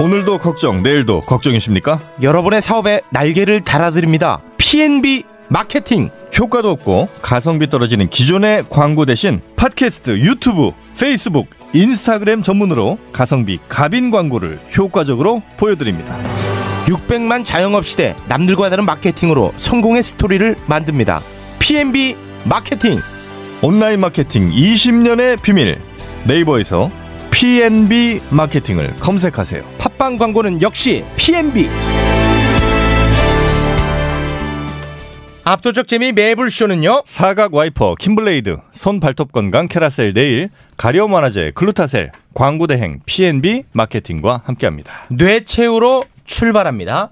Speaker 3: 오늘도 걱정 내일도 걱정이십니까?
Speaker 4: 여러분의 사업에 날개를 달아드립니다 PNB 마케팅
Speaker 3: 효과도 없고 가성비 떨어지는 기존의 광고 대신 팟캐스트, 유튜브, 페이스북, 인스타그램 전문으로 가성비 갑인 광고를 효과적으로 보여드립니다
Speaker 4: 600만 자영업 시대 남들과 다른 마케팅으로 성공의 스토리를 만듭니다 PNB 마케팅
Speaker 3: 온라인 마케팅 20년의 비밀 네이버에서 PNB 마케팅을 검색하세요
Speaker 4: 팟빵 광고는 역시 PNB. 압도적 재미 매불쇼는요.
Speaker 3: 사각 와이퍼, 킴블레이드, 손 발톱 건강 캐라셀 네일, 가려움 완화제 글루타셀, 광고 대행 PNB 마케팅과 함께합니다.
Speaker 4: 뇌채우로 출발합니다.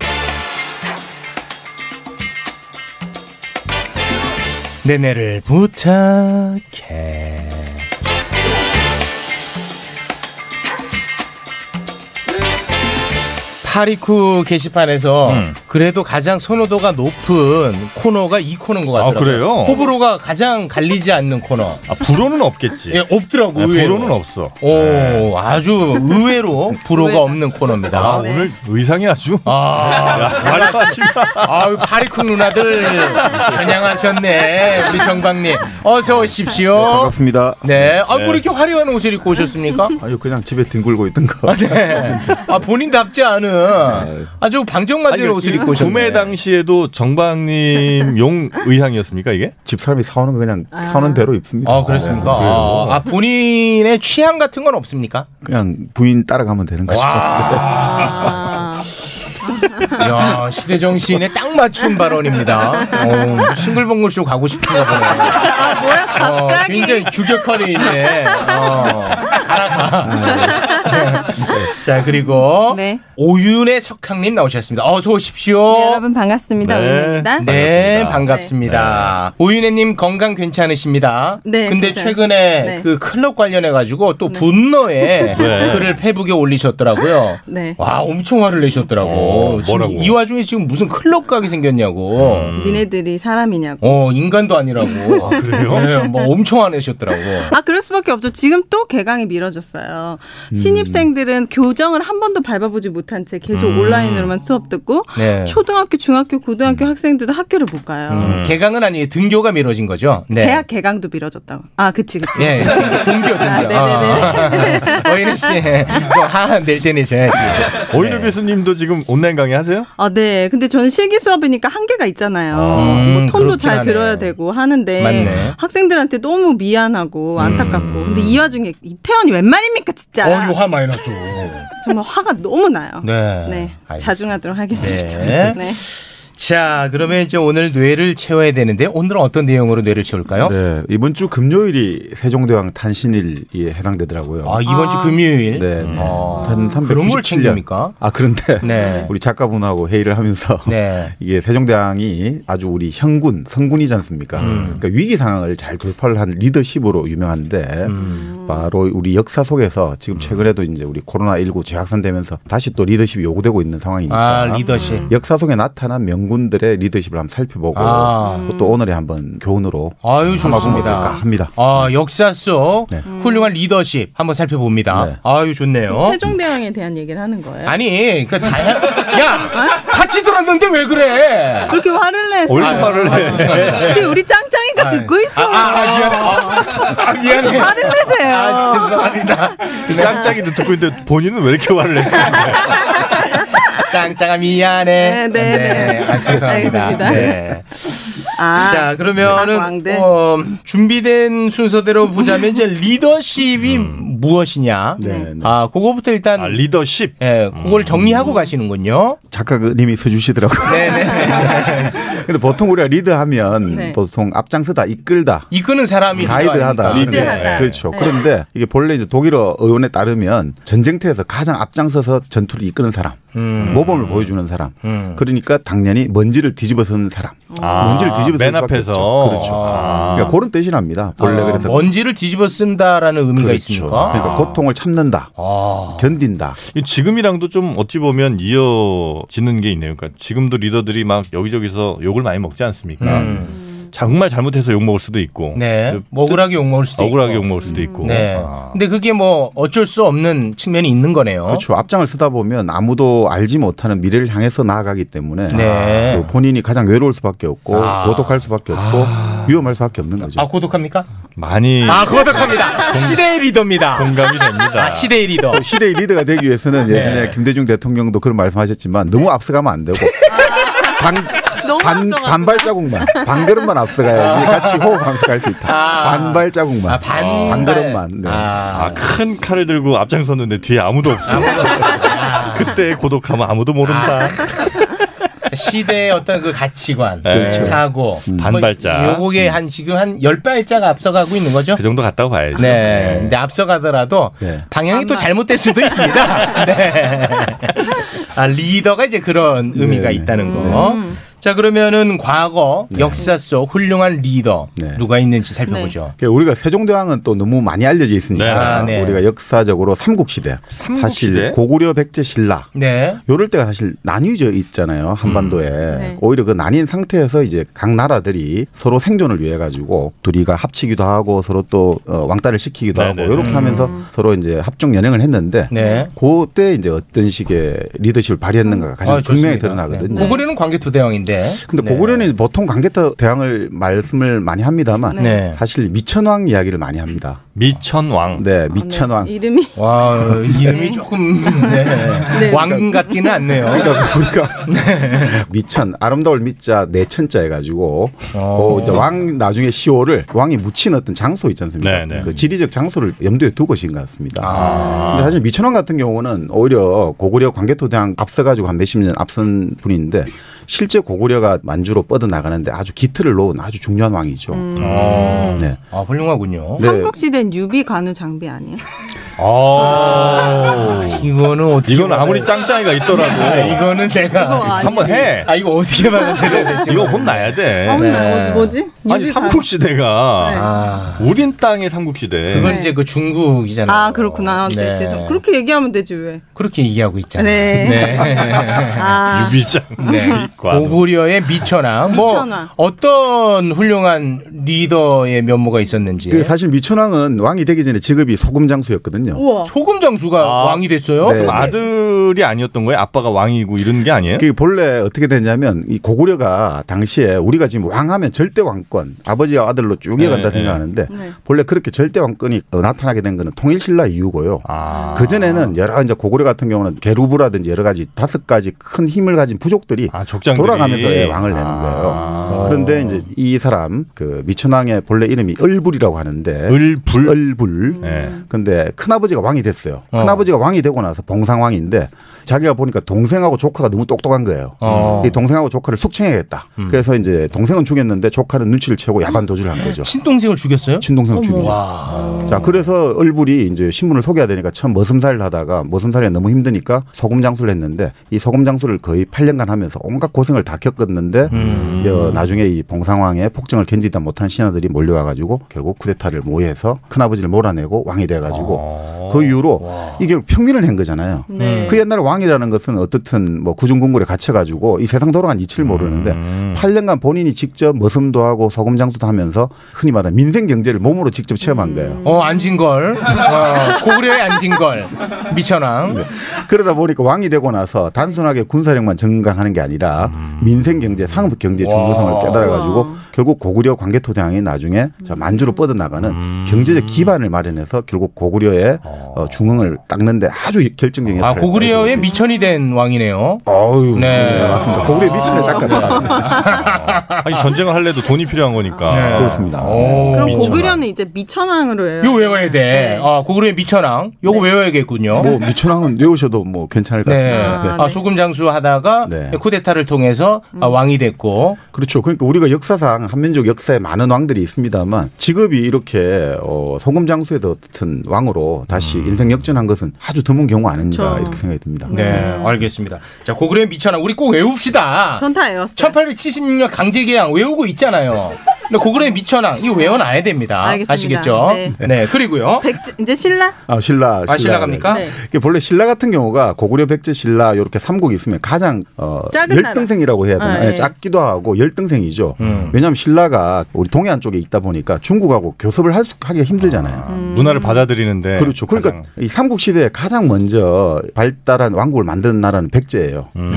Speaker 4: 내 뇌를 부탁해. 파리쿠 게시판에서
Speaker 3: 음.
Speaker 4: 그래도 가장 선호도가 높은 코너가 이 코너인 것
Speaker 3: 아,
Speaker 4: 같더라고요.
Speaker 3: 그래요?
Speaker 4: 호불호가 가장 갈리지 않는 코너.
Speaker 3: 아, 불호는 없겠지.
Speaker 4: 예, 없더라고.
Speaker 3: 아,
Speaker 4: 의외로.
Speaker 3: 불호는 없어. 네.
Speaker 4: 오, 아주 의외로 불호가 없는 코너입니다.
Speaker 3: 아,
Speaker 4: 아,
Speaker 3: 오늘 의상이 아주
Speaker 4: 아,
Speaker 3: 야, 말이야.
Speaker 4: 아유 파리쿵 누나들 겨냥하셨네 우리 정박님 어서 오십시오.
Speaker 9: 반갑습니다. 네.
Speaker 4: 네, 아, 뭐 이렇게 화려한 옷을 입고 오셨습니까?
Speaker 9: 아유 그냥 집에 뒹굴고 있던 거.
Speaker 4: 네, 아 본인답지
Speaker 9: 네.
Speaker 4: 않은 아주
Speaker 9: 그
Speaker 4: 방정맞은 옷을 입고 오셨네.
Speaker 3: 구매 당시에도 정방님 용 의상이었습니까 이게?
Speaker 9: 집 사람이 사오는 거 그냥 사오는 대로 입습니다.
Speaker 4: 아 그렇습니까?
Speaker 9: 네, 그래요.
Speaker 4: 아, 아, 본인의 취향 같은 건 없습니까?
Speaker 9: 그냥 부인 따라가면 되는 거죠.
Speaker 4: 이야 시대 정신에 딱 맞춘 발언입니다. 어, 싱글벙글 쇼 가고 싶은가 보네. 뭐야 갑자기? 굉장히 규격화돼 있네. 어, 가라 가. 네. 자 그리고
Speaker 10: 네.
Speaker 4: 오윤의 석학님 나오셨습니다. 어서 오십시오.
Speaker 10: 네, 여러분 반갑습니다.
Speaker 3: 네.
Speaker 10: 오윤입니다.
Speaker 4: 네,
Speaker 3: 반갑습니다. 네.
Speaker 4: 반갑습니다. 오윤혜님 건강 괜찮으십니다.
Speaker 10: 네,
Speaker 4: 근데
Speaker 10: 괜찮아요.
Speaker 4: 최근에
Speaker 10: 네.
Speaker 4: 그 클럽 관련해가지고 또 분노에
Speaker 3: 네.
Speaker 4: 글을 페북에 올리셨더라고요.
Speaker 10: 네.
Speaker 4: 와, 엄청 화를 내셨더라고. 거예요. 지금
Speaker 3: 어, 뭐라고? 음.
Speaker 4: 이 와중에 지금 무슨 클럽 가게 생겼냐고.
Speaker 10: 니네들이 사람이냐고.
Speaker 4: 어 인간도 아니라고.
Speaker 3: 그래요?
Speaker 4: 네, 뭐 엄청 화내셨더라고.
Speaker 10: 아 그럴 수밖에 없죠. 지금 또 개강이 미뤄졌어요.
Speaker 4: 음.
Speaker 10: 신입생들은 교정을 한 번도 밟아보지 못한 채 계속
Speaker 4: 음.
Speaker 10: 온라인으로만 수업 듣고
Speaker 4: 네.
Speaker 10: 초등학교, 중학교, 고등학교 학생들도 학교를 못 가요.
Speaker 4: 음, 개강은 아니에요. 등교가 미뤄진 거죠. 네.
Speaker 10: 대학 개강도 미뤄졌다고. 아 그치 그치.
Speaker 4: 예,
Speaker 10: 그치.
Speaker 4: 등교, 등교.
Speaker 10: 아,
Speaker 4: 네네네. 어이네 씨, 그거 하, 낼 때내셔야지. 네.
Speaker 3: 오인우 교수님도 지금 온라인 강의 하세요?
Speaker 10: 아, 네. 근데 저는 실기 수업이니까 한계가 있잖아요.
Speaker 3: 음,
Speaker 10: 뭐 톤도
Speaker 3: 그렇긴
Speaker 10: 잘
Speaker 3: 하네요.
Speaker 10: 들어야 되고 하는데
Speaker 3: 맞네.
Speaker 10: 학생들한테 너무
Speaker 4: 음.
Speaker 10: 미안하고 안타깝고. 근데 이 와중에 이태원이 웬 말입니까, 진짜.
Speaker 4: 화 마이너스.
Speaker 10: 정말 화가 너무 나요.
Speaker 4: 네. 알겠습니다.
Speaker 10: 자중하도록 하겠습니다.
Speaker 4: 네.
Speaker 10: 네.
Speaker 4: 자, 그러면 이제 오늘 뇌를 채워야 되는데 오늘은 어떤 내용으로 뇌를 채울까요?
Speaker 9: 네, 이번 주 금요일이 세종대왕 탄신일에 해당되더라고요.
Speaker 4: 아, 이번 주 아. 금요일?
Speaker 9: 네. 네.
Speaker 4: 아.
Speaker 9: 한
Speaker 4: 그런 걸
Speaker 9: 397년.
Speaker 4: 챙깁니까?
Speaker 9: 아, 그런데
Speaker 4: 네.
Speaker 9: 우리 작가분하고 회의를 하면서
Speaker 4: 네.
Speaker 9: 이게 세종대왕이 아주 우리 형군, 성군이지 않습니까?
Speaker 4: 음.
Speaker 9: 그러니까 위기 상황을 잘 돌파를 한 리더십으로 유명한데
Speaker 4: 음.
Speaker 9: 바로 우리 역사 속에서 지금 최근에도 이제 우리 코로나19 재확산되면서 다시 또 리더십이 요구되고 있는 상황이니까
Speaker 4: 아, 리더십.
Speaker 9: 역사 속에 나타난 명군들의 리더십을 한번 살펴보고
Speaker 4: 아.
Speaker 9: 또 오늘의 한번 교훈으로
Speaker 4: 아유,
Speaker 9: 삼아보면
Speaker 4: 좋습니다.
Speaker 9: 어떨까 합니다.
Speaker 4: 아, 역사 속
Speaker 10: 네.
Speaker 4: 훌륭한 리더십 한번 살펴봅니다. 아유, 좋네요.
Speaker 10: 세종대왕에 대한 얘기를 하는 거예요.
Speaker 4: 아니, 그 다양. 야, 같이 들었는데 왜 그래?
Speaker 10: 그렇게 화를 내.
Speaker 4: 얼굴 화를 내. 네. 아, 죄송합니다.
Speaker 10: 지금 우리 짱짱이가
Speaker 4: 아,
Speaker 10: 듣고 있어.
Speaker 4: 아, 아, 아, 미안해. 아, 미안해.
Speaker 10: 화를 내세요.
Speaker 4: 아, 죄송합니다.
Speaker 3: 짱짱이도 듣고 있는데 본인은 왜 이렇게 화를 냈어요?
Speaker 4: 짱짱아 미안해.
Speaker 10: 네, 네, 네.
Speaker 4: 아, 죄송합니다.
Speaker 10: 알겠습니다.
Speaker 4: 네.
Speaker 10: 아,
Speaker 4: 자, 그러면은
Speaker 10: 왕대.
Speaker 4: 어, 준비된 순서대로 보자면 이제 리더십이
Speaker 9: 음.
Speaker 4: 무엇이냐.
Speaker 9: 네.
Speaker 4: 아, 그거부터 일단
Speaker 3: 리더십.
Speaker 4: 예,
Speaker 9: 음.
Speaker 4: 그걸 정리하고 가시는군요.
Speaker 9: 작가님이 써주시더라고요. 근데 보통 우리가 리드하면
Speaker 4: 네.
Speaker 9: 보통 앞장서다, 이끌다,
Speaker 4: 이끄는 사람이
Speaker 9: 가이드하다,
Speaker 4: 리더 아닙니까?
Speaker 9: 하는 거예요. 그렇죠. 그런데 이게 본래 이제 독일어 의원에 따르면 전쟁터에서 가장 앞장서서 전투를 이끄는 사람,
Speaker 4: 음.
Speaker 9: 모범을 보여주는 사람.
Speaker 4: 음.
Speaker 9: 그러니까 당연히 먼지를 뒤집어 쓰는 사람,
Speaker 4: 아,
Speaker 9: 먼지를 뒤집어
Speaker 4: 맨
Speaker 9: 쓰는 수밖에
Speaker 4: 앞에서.
Speaker 9: 없죠. 그렇죠.
Speaker 4: 아.
Speaker 9: 그러니까 그런 뜻이랍니다. 본래
Speaker 4: 아,
Speaker 9: 그래서
Speaker 4: 먼지를 뒤집어 쓴다라는 의미가 있습니까?
Speaker 9: 그러니까 고통을 참는다,
Speaker 4: 아.
Speaker 9: 견딘다.
Speaker 3: 이 지금이랑도 좀 어찌 보면 이어지는 게 있네요. 그러니까 지금도 리더들이 막 여기저기서 욕을 많이 먹지 않습니까? 정말 잘못해서 욕 먹을 수도 있고, 뭐
Speaker 4: 네. 억울하게 욕 먹을 수도
Speaker 3: 그 억울하게
Speaker 4: 있고.
Speaker 3: 욕 먹을 수도 있고.
Speaker 4: 네.
Speaker 3: 아.
Speaker 4: 근데 그게 뭐 어쩔 수 없는 측면이 있는 거네요.
Speaker 9: 그렇죠. 앞장을 쓰다 보면 아무도 알지 못하는 미래를 향해서 나아가기 때문에
Speaker 4: 네.
Speaker 9: 그 본인이 가장 외로울 수밖에 없고 고독할 수밖에 없고 위험할 수밖에 없는
Speaker 3: 그렇죠.
Speaker 9: 거죠.
Speaker 4: 아, 고독합니까?
Speaker 3: 많이
Speaker 4: 아, 고독합니다. 시대의 리더입니다.
Speaker 3: 네. 공감이 됩니다.
Speaker 4: 아, 시대의 리더.
Speaker 9: 또 시대의 리더가 되기 위해서는
Speaker 4: 네.
Speaker 9: 예전에 김대중 대통령도 그런 말씀하셨지만 너무 앞서가면 안 되고 반, 반, 반발자국만 반걸음만 앞서가야지 같이 호흡하면서 갈 수 있다.
Speaker 4: 아.
Speaker 9: 반발자국만 반걸음만. 네.
Speaker 3: 아, 큰 칼을 들고 앞장섰는데 뒤에 아무도 없어. 그때 고독하면 아무도 모른다.
Speaker 4: 시대의 어떤 그 가치관,
Speaker 3: 네.
Speaker 4: 사고, 뭐
Speaker 3: 음. 반발자.
Speaker 4: 요게 한 지금 한 열 발짝 앞서가고 있는 거죠?
Speaker 3: 그 정도 갔다고
Speaker 9: 아,
Speaker 3: 봐야죠.
Speaker 4: 네. 근데 앞서가더라도
Speaker 9: 네.
Speaker 4: 방향이 또 잘못될 수도 있습니다. 네. 아, 리더가 이제 그런
Speaker 9: 네,
Speaker 4: 의미가 있다는 거. 자, 그러면은 과거
Speaker 9: 네.
Speaker 4: 역사 속 훌륭한 리더 누가 있는지 살펴보죠.
Speaker 9: 그러니까 우리가 세종대왕은 또 너무 많이 알려져
Speaker 4: 네.
Speaker 9: 있으니까
Speaker 4: 아, 네.
Speaker 9: 우리가 역사적으로 삼국시대, 사실 고구려 백제신라
Speaker 4: 네.
Speaker 9: 요럴 때가 사실 나뉘어져 있잖아요 한반도에
Speaker 4: 네.
Speaker 9: 오히려 그 나뉜 상태에서 이제 각 나라들이 서로 생존을 위해 가지고 둘이가 합치기도 하고 서로 또 어, 왕따를 시키기도 하고 이렇게 하면서 서로 이제 합종 연행을 했는데
Speaker 4: 네.
Speaker 9: 그때 이제 어떤 식의 리더십을 발휘했는가가 가장
Speaker 4: 아,
Speaker 9: 분명히
Speaker 4: 좋습니다.
Speaker 9: 드러나거든요.
Speaker 4: 네. 고구려는 광개토 대왕인데.
Speaker 9: 근데
Speaker 4: 네.
Speaker 9: 고구려는 보통 관계타 대왕을 말씀을 많이 합니다만
Speaker 4: 네.
Speaker 9: 사실 미천왕 이야기를 많이 합니다.
Speaker 3: 미천왕.
Speaker 9: 네,
Speaker 4: 아.
Speaker 9: 미천왕.
Speaker 10: 이름이
Speaker 4: 와 이름이 조금 네. 왕 같지는 않네요.
Speaker 9: 그러니까 그러니까 미천 아름다울 미자 네 내천자 해가지고 그 이제 왕 나중에 시호를 왕이 묻힌 어떤 장소 있지 않습니까? 그 지리적 장소를 염두에 두고 신것 같습니다. 근데 사실 미천왕 같은 경우는 오히려 고구려 광개토 대왕 앞서가지고 한 몇십 년 앞선 분인데 실제 고구려가 만주로 뻗어 나가는데 아주 기틀을 놓은 아주 중요한 왕이죠.
Speaker 4: 아,
Speaker 9: 네.
Speaker 4: 아 훌륭하군요.
Speaker 9: 네.
Speaker 10: 삼국시대는 유비 간우 장비 아니에요?
Speaker 4: 아, 이거는 어떻게
Speaker 3: 이건 아무리 짱짱이가 있더라도
Speaker 4: 네, 이거는 내가
Speaker 10: 이거 아니에요.
Speaker 3: 한번 해.
Speaker 4: 아 이거 어떻게 받아들여야
Speaker 3: 되지? 이거 혼나야 돼.
Speaker 10: 아,
Speaker 4: 네.
Speaker 10: 혼나요. 뭐지?
Speaker 3: 아니
Speaker 10: 유비 네.
Speaker 4: 아,
Speaker 3: 삼국시대가 우린 땅의 삼국시대.
Speaker 10: 그건 이제
Speaker 4: 그 중국이잖아.
Speaker 10: 네. 아 그렇구나. 네,
Speaker 3: 네.
Speaker 10: 죄송. 그렇게 얘기하면 되지 왜?
Speaker 4: 그렇게 얘기하고 있잖아.
Speaker 10: 네. 아.
Speaker 3: 유비장.
Speaker 4: 네. 고구려의 미천왕. 뭐
Speaker 10: 미천왕.
Speaker 4: 어떤 훌륭한 리더의 면모가 있었는지.
Speaker 9: 그 사실 미천왕은 왕이 되기 전에 직업이 소금 장수였거든요.
Speaker 4: 소금 장수가 왕이 됐어요?
Speaker 9: 네.
Speaker 3: 아, 아들이 아니었던 거예요? 아빠가 왕이고 이런 게 아니에요?
Speaker 9: 그게 본래 어떻게 됐냐면 이 고구려가 당시에 우리가 지금 왕하면 절대 왕권 아버지와 아들로 쭉 이어간다
Speaker 3: 네,
Speaker 9: 생각하는데
Speaker 3: 네.
Speaker 9: 본래 그렇게 절대 왕권이 어, 나타나게 된 거는 통일신라 이후고요.
Speaker 3: 아.
Speaker 9: 그 전에는 여러 이제 고구려 같은 경우는 게루부라든지 여러 가지 다섯 가지 큰 힘을 가진 부족들이
Speaker 3: 족장들이.
Speaker 9: 돌아가면서 예, 왕을 내는 거예요. 그런데 이제 이 사람 그 미천왕의 본래 이름이 을불이라고 하는데
Speaker 3: 을불
Speaker 9: 을불. 음. 근데 큰아버지가 왕이 됐어요. 큰아버지가 왕이 되고 나서 봉상왕인데 자기가 보니까 동생하고 조카가 너무 똑똑한 거예요.
Speaker 4: 어.
Speaker 9: 이 동생하고 조카를 숙청해야겠다.
Speaker 4: 음.
Speaker 9: 그래서 이제 동생은 죽였는데 조카는 눈치를 채고 야반도주를 한 거죠.
Speaker 4: 친동생을 죽였어요?
Speaker 9: 음. 친동생을 죽이죠.
Speaker 4: 와.
Speaker 9: 자, 그래서 을불이 이제 신문을 소개해야 되니까 처음 머슴살을 하다가 머슴살이 너무 힘드니까 소금 장수를 했는데 이 소금 장수를 거의 8년간 하면서 온갖 고생을 다 겪었는데 여, 나중에 이 봉상왕의 폭정을 견디다 못한 신하들이 몰려와 가지고 결국 쿠데타를 모해서 큰아버지를 몰아내고 왕이 돼 가지고 그 이후로 이게 평민을 한 거잖아요.
Speaker 3: 네.
Speaker 9: 그 옛날에 왕이라는 것은 어떻든 뭐 구중궁궐에 갇혀 가지고 이 세상 돌아간 이치를 모르는데 8년간 본인이 직접 머슴도 하고 소금 장수도 하면서 흔히 말하는 민생 경제를 몸으로 직접 체험한 거예요.
Speaker 4: 어 안진걸. 어, 고구려의 안진걸. 미천왕.
Speaker 9: 그러다 보니까 왕이 되고 나서 단순하게 군사력만 증강하는 게 아니라
Speaker 4: 음.
Speaker 9: 민생 경제, 상업 경제 중요성을
Speaker 3: 와.
Speaker 9: 깨달아 가지고 결국 고구려 광개 토대왕이 나중에 저 만주로 뻗어 나가는
Speaker 4: 음.
Speaker 9: 경제적 기반을 마련해서 결국 고구려의 어, 중흥을 닦는데 아주 결정적인
Speaker 4: 아
Speaker 9: 역할을
Speaker 4: 고구려의 미천이 된 왕이네요.
Speaker 9: 어유.
Speaker 4: 네. 아.
Speaker 9: 네, 맞습니다. 고구려 미천을 닦았다.
Speaker 3: 아니 전쟁을 할래도 돈이 필요한 거니까.
Speaker 4: 네.
Speaker 9: 그렇습니다.
Speaker 4: 어.
Speaker 10: 그럼 고구려는 이제 미천왕으로 해요.
Speaker 4: 이거 외워야
Speaker 10: 네.
Speaker 4: 돼. 아 고구려의 미천왕. 요거 외워야겠군요.
Speaker 9: 뭐 미천왕은 외우셔도 뭐 괜찮을 것
Speaker 4: 네.
Speaker 9: 같습니다. 네.
Speaker 4: 아, 소금 장수 하다가
Speaker 9: 네.
Speaker 4: 쿠데타를 통해서
Speaker 10: 음.
Speaker 4: 아, 왕이 됐고.
Speaker 9: 그렇죠. 그러니까 우리가 역사상 한민족 역사에 많은 왕들이 있습니다만 직업이 이렇게 어, 소금 장수에서 어떻든 왕으로 다시
Speaker 4: 음.
Speaker 9: 인생 역전한 것은 아주 드문 경우 아닌가
Speaker 4: 그렇죠.
Speaker 9: 이렇게 생각이
Speaker 10: 음.
Speaker 9: 듭니다.
Speaker 4: 네, 알겠습니다. 자, 고구려의 미천왕 우리 꼭 외웁시다.
Speaker 10: 전타예요.
Speaker 4: 1876년 강제개항 외우고 있잖아요. 근데 고구려의 미천왕 이거 외워놔야 됩니다.
Speaker 10: 알겠습니다.
Speaker 4: 아시겠죠?
Speaker 10: 네.
Speaker 4: 그리고요.
Speaker 10: 백제 이제 신라?
Speaker 9: 아 신라.
Speaker 4: 아, 신라 갑니까? 네.
Speaker 9: 이게 본래 신라 같은 경우가 고구려, 백제, 신라 이렇게 삼국이 있으면 가장 어,
Speaker 10: 작은 나라.
Speaker 9: 열등생이라고 해야 되나?
Speaker 10: 아,
Speaker 9: 예,
Speaker 10: 예.
Speaker 9: 작기도 하고 열등생이죠.
Speaker 4: 음.
Speaker 9: 왜냐하면 신라가 우리 동해안 쪽에 있다 보니까 중국하고 교섭을 할 수, 하기가 힘들잖아요.
Speaker 10: 음.
Speaker 3: 문화를
Speaker 4: 네,
Speaker 3: 받아들이는데.
Speaker 9: 그렇죠. 그러니까 이 삼국 시대에 가장 먼저 발달한 왕국을 만드는 나라는 백제예요.
Speaker 4: 음.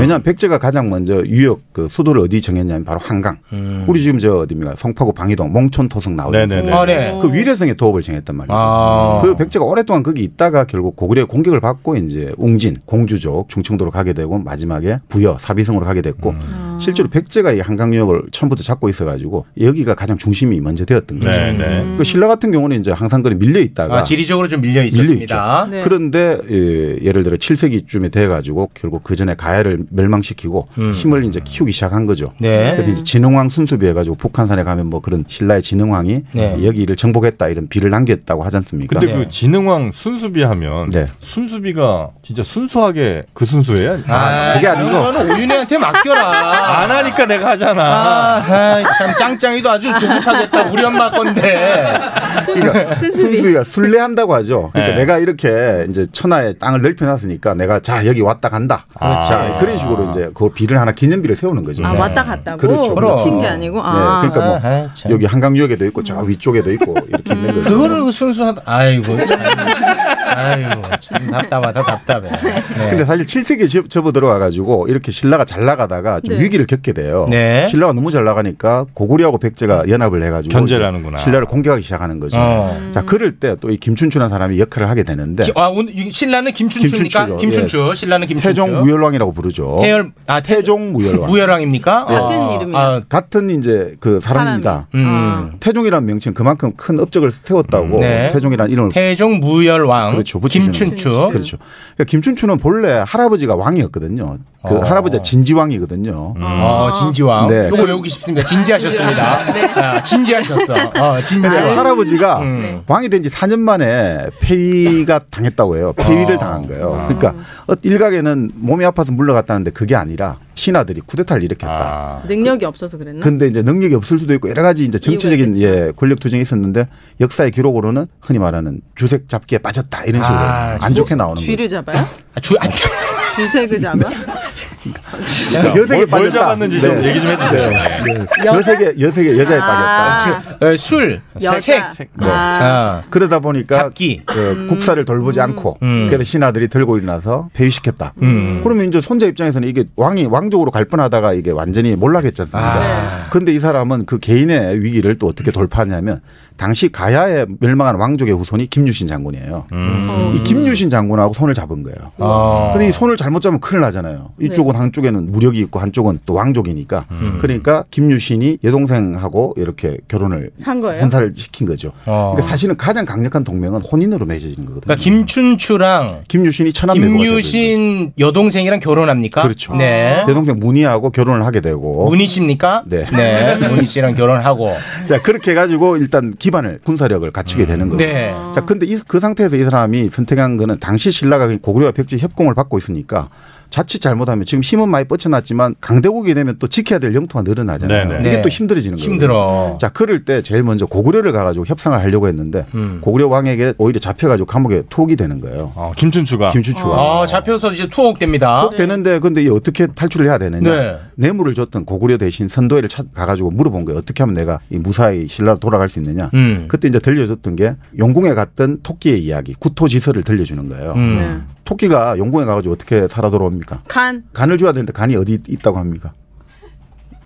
Speaker 9: 왜냐하면 백제가 가장 먼저 유역 그 수도를 어디 정했냐면 바로 한강.
Speaker 4: 음.
Speaker 9: 우리 지금 저 어디입니까? 성파구 방이동 몽촌 토성 나오잖아요.
Speaker 3: 네네네. 아, 네.
Speaker 9: 그 위례성에 도읍을 정했단 말이죠.
Speaker 4: 아.
Speaker 9: 그 백제가 오랫동안 거기 있다가 결국 고구려의 공격을 받고 이제 웅진, 공주족, 중청도로 가게 되고 마지막에 부여, 사비성으로 가게 됐고
Speaker 4: 음.
Speaker 9: 실제로 백제가 이 한강 유역을 처음부터 잡고 있어가지고 여기가 가장 중심이 먼저 되었던 거죠.
Speaker 4: 네네.
Speaker 9: 그 신라 같은 경우는 이제 항상 그래 밀려 있다가
Speaker 4: 아, 지리적으로 좀 밀려 있었습니다.
Speaker 9: 있죠.
Speaker 10: 네.
Speaker 9: 그런데 예, 예를 들어 7세기쯤에 돼 가지고 결국 그 전에 가야를 멸망시키고
Speaker 4: 음.
Speaker 9: 힘을 이제 키우기 시작한 거죠.
Speaker 4: 네.
Speaker 9: 그래서 이제 진흥왕 순수비 해가지고 북한산에 가면 뭐 그런 신라의 진흥왕이
Speaker 3: 네.
Speaker 9: 여기를 정복했다 이런 비를 남겼다고 하지 않습니까?
Speaker 10: 네.
Speaker 3: 근데 그 진흥왕 순수비 하면
Speaker 9: 네.
Speaker 3: 순수비가 진짜 순수하게 그 순수예요?
Speaker 9: 아, 그게 아. 아니고.
Speaker 4: 그거는 오윤희한테 맡겨라.
Speaker 3: 안 하니까 내가 하잖아.
Speaker 4: 아, 아이, 참 짱짱이도 아주 조급하겠다. 우리 엄마 건데.
Speaker 9: 그러니까 순수비가 순례한다고 하죠. 그러니까
Speaker 4: 네.
Speaker 9: 내가 이렇게 이제 천하의 땅을 넓혀놨으니까 내가 자 여기 왔다 간다.
Speaker 4: 그렇죠. 네.
Speaker 9: 자, 그런 식으로 이제 그 비를 하나 기념비를 세우는 거죠.
Speaker 10: 아 왔다 갔다고
Speaker 9: 네. 그렇죠.
Speaker 10: 미친 게 아니고 아.
Speaker 9: 네, 그러니까 뭐 여기 한강 유역에도 있고 저 위쪽에도 있고 이렇게
Speaker 10: 음.
Speaker 9: 있는 거죠.
Speaker 4: 그거를 순수하다. 아이고, 참. 아이고, 참 답답하다, 답답해. 네.
Speaker 9: 근데 사실 7세기에 접- 접어 들어와 가지고 이렇게 신라가 잘 나가다가 좀
Speaker 4: 네.
Speaker 9: 위기를 겪게 돼요.
Speaker 4: 네.
Speaker 9: 신라가 너무 잘 나가니까 고구려하고 백제가 연합을 해 가지고
Speaker 3: 견제를 하는구나.
Speaker 9: 신라를 공격하기 시작하는 거죠.
Speaker 4: 어.
Speaker 9: 자, 그럴 때 또 이 김춘추라는 사람이 역할을 하게 되는데
Speaker 4: 기- 아, 오늘 이 신라는 김춘추니까
Speaker 9: 김춘추죠.
Speaker 4: 김춘추.
Speaker 9: 예.
Speaker 4: 신라는 김춘추.
Speaker 9: 태종 무열왕이라고 부르죠.
Speaker 4: 태열 아
Speaker 9: 태종 무열왕. 예.
Speaker 4: 무열왕입니까?
Speaker 9: 같은
Speaker 4: 이름이요. 아,
Speaker 9: 같은 이제 그 사람입니다.
Speaker 4: 음.
Speaker 9: 아. 태종이라는 명칭 그만큼 큰 업적을 세웠다고
Speaker 4: 네.
Speaker 9: 태종이라는 이름을
Speaker 4: 태종 무열왕.
Speaker 9: 그렇죠. 부친추는.
Speaker 4: 김춘추.
Speaker 9: 그렇죠. 그러니까 김춘추는 본래 할아버지가 왕이었거든요. 그
Speaker 4: 어.
Speaker 9: 할아버지가 진지왕이거든요.
Speaker 4: 어, 진지왕.
Speaker 9: 네.
Speaker 4: 요거 외우기 쉽습니다. 진지하셨습니다. 아, 진지하셨어. 어, 진지.
Speaker 9: 근데 할아버지가
Speaker 10: 음.
Speaker 3: 네.
Speaker 9: 왕이 된 지 4년 만에 폐위가 당했다고 해요.
Speaker 3: 아.
Speaker 9: 폐위를 당한 거예요. 그러니까 어, 일각에는 몸이 아파서 물러갔다는데 그게 아니라 신하들이 쿠데타를
Speaker 3: 아.
Speaker 9: 일으켰다.
Speaker 10: 능력이 없어서 그랬나?
Speaker 9: 근데 이제 능력이 없을 수도 있고 여러 가지 이제 정치적인 예, 권력 투쟁이 있었는데 역사의 기록으로는 흔히 말하는 주색 잡기에 빠졌다 이런 식으로
Speaker 10: 아,
Speaker 9: 안 좋게 나오는 거예요.
Speaker 10: 쥐를 잡아요?
Speaker 4: 주, 아,
Speaker 10: 주색을 잡아?
Speaker 9: 야,
Speaker 3: 뭘-
Speaker 9: 여색에
Speaker 3: 뭘
Speaker 9: 빠졌다. 네.
Speaker 3: 잡았는지 좀 얘기 좀 해주세요.
Speaker 10: 여자?
Speaker 9: 여색에 여색에 여자에
Speaker 10: 아.
Speaker 9: 빠졌다.
Speaker 4: 어, 술,
Speaker 10: 여자. 색.
Speaker 9: 네.
Speaker 10: 아.
Speaker 9: 그러다 보니까 그 국사를 돌보지 않고 그래서 신하들이 들고 일어나서 배위시켰다.
Speaker 4: 음.
Speaker 9: 그러면 이제 손자 입장에서는 이게 왕이 왕족으로 갈 뻔하다가 이게 완전히 몰락했지 않습니까? 그런데 이 사람은 그 개인의 위기를 또 어떻게 돌파하냐면 당시 가야에 멸망한 왕족의 후손이 김유신 장군이에요. 이 김유신 장군하고 손을 잡은 거예요.
Speaker 4: 아.
Speaker 9: 근데 이 손을 잘못 잡으면 큰일 나잖아요.
Speaker 10: 네.
Speaker 9: 이쪽은 한쪽에는 무력이 있고 한쪽은 또 왕족이니까.
Speaker 4: 음.
Speaker 9: 그러니까 김유신이 여동생하고 이렇게 결혼을
Speaker 10: 한 거예요?
Speaker 9: 혼사를 시킨 거죠.
Speaker 4: 어.
Speaker 9: 그러니까 사실은 가장 강력한 동맹은 혼인으로 맺어지는 거거든요.
Speaker 4: 그러니까 김춘추랑
Speaker 9: 김유신이 천남매고
Speaker 4: 김유신 여동생이랑 결혼합니까?
Speaker 9: 그렇죠.
Speaker 4: 네.
Speaker 9: 여동생 문희하고 결혼을 하게 되고
Speaker 4: 문희 씨입니까?
Speaker 9: 네.
Speaker 4: 네. 문희 씨랑 결혼하고
Speaker 9: 자 그렇게 해가지고 일단 기반을 군사력을 갖추게 되는 거예요.
Speaker 4: 네.
Speaker 9: 자 근데 이, 그 상태에서 이 사람이 선택한 거는 당시 신라가 고구려와 백제 협공을 받고 있으니까 자칫 잘못하면 지금 힘은 많이 뻗쳐놨지만 강대국이 되면 또 지켜야 될 영토가 늘어나잖아요.
Speaker 4: 네네.
Speaker 9: 이게
Speaker 4: 네.
Speaker 9: 또 힘들어지는 거예요.
Speaker 4: 힘들어.
Speaker 9: 자 그럴 때 제일 먼저 고구려를 가가지고 협상을 하려고 했는데
Speaker 4: 음.
Speaker 9: 고구려 왕에게 오히려 잡혀가지고 감옥에 투옥이 되는 거예요.
Speaker 3: 어, 김춘추가
Speaker 9: 김춘추가
Speaker 4: 아, 잡혀서 이제 투옥됩니다.
Speaker 9: 되는데 근데 이 어떻게 탈출을 해야 되느냐
Speaker 4: 어? 네.
Speaker 9: 뇌물을 줬던 고구려 대신 선도회를 가가지고 물어본 거예요 어떻게 하면 내가 이 무사히 신라로 돌아갈 수 있느냐
Speaker 4: 음.
Speaker 9: 그때 이제 들려줬던 게 용궁에 갔던 토끼의 이야기 구토지서를 들려주는 거예요
Speaker 4: 음.
Speaker 9: 토끼가 용궁에 가가지고 어떻게 살아 돌아옵니까
Speaker 10: 네. 간.
Speaker 9: 간을 줘야 되는데 간이 어디 있다고 합니까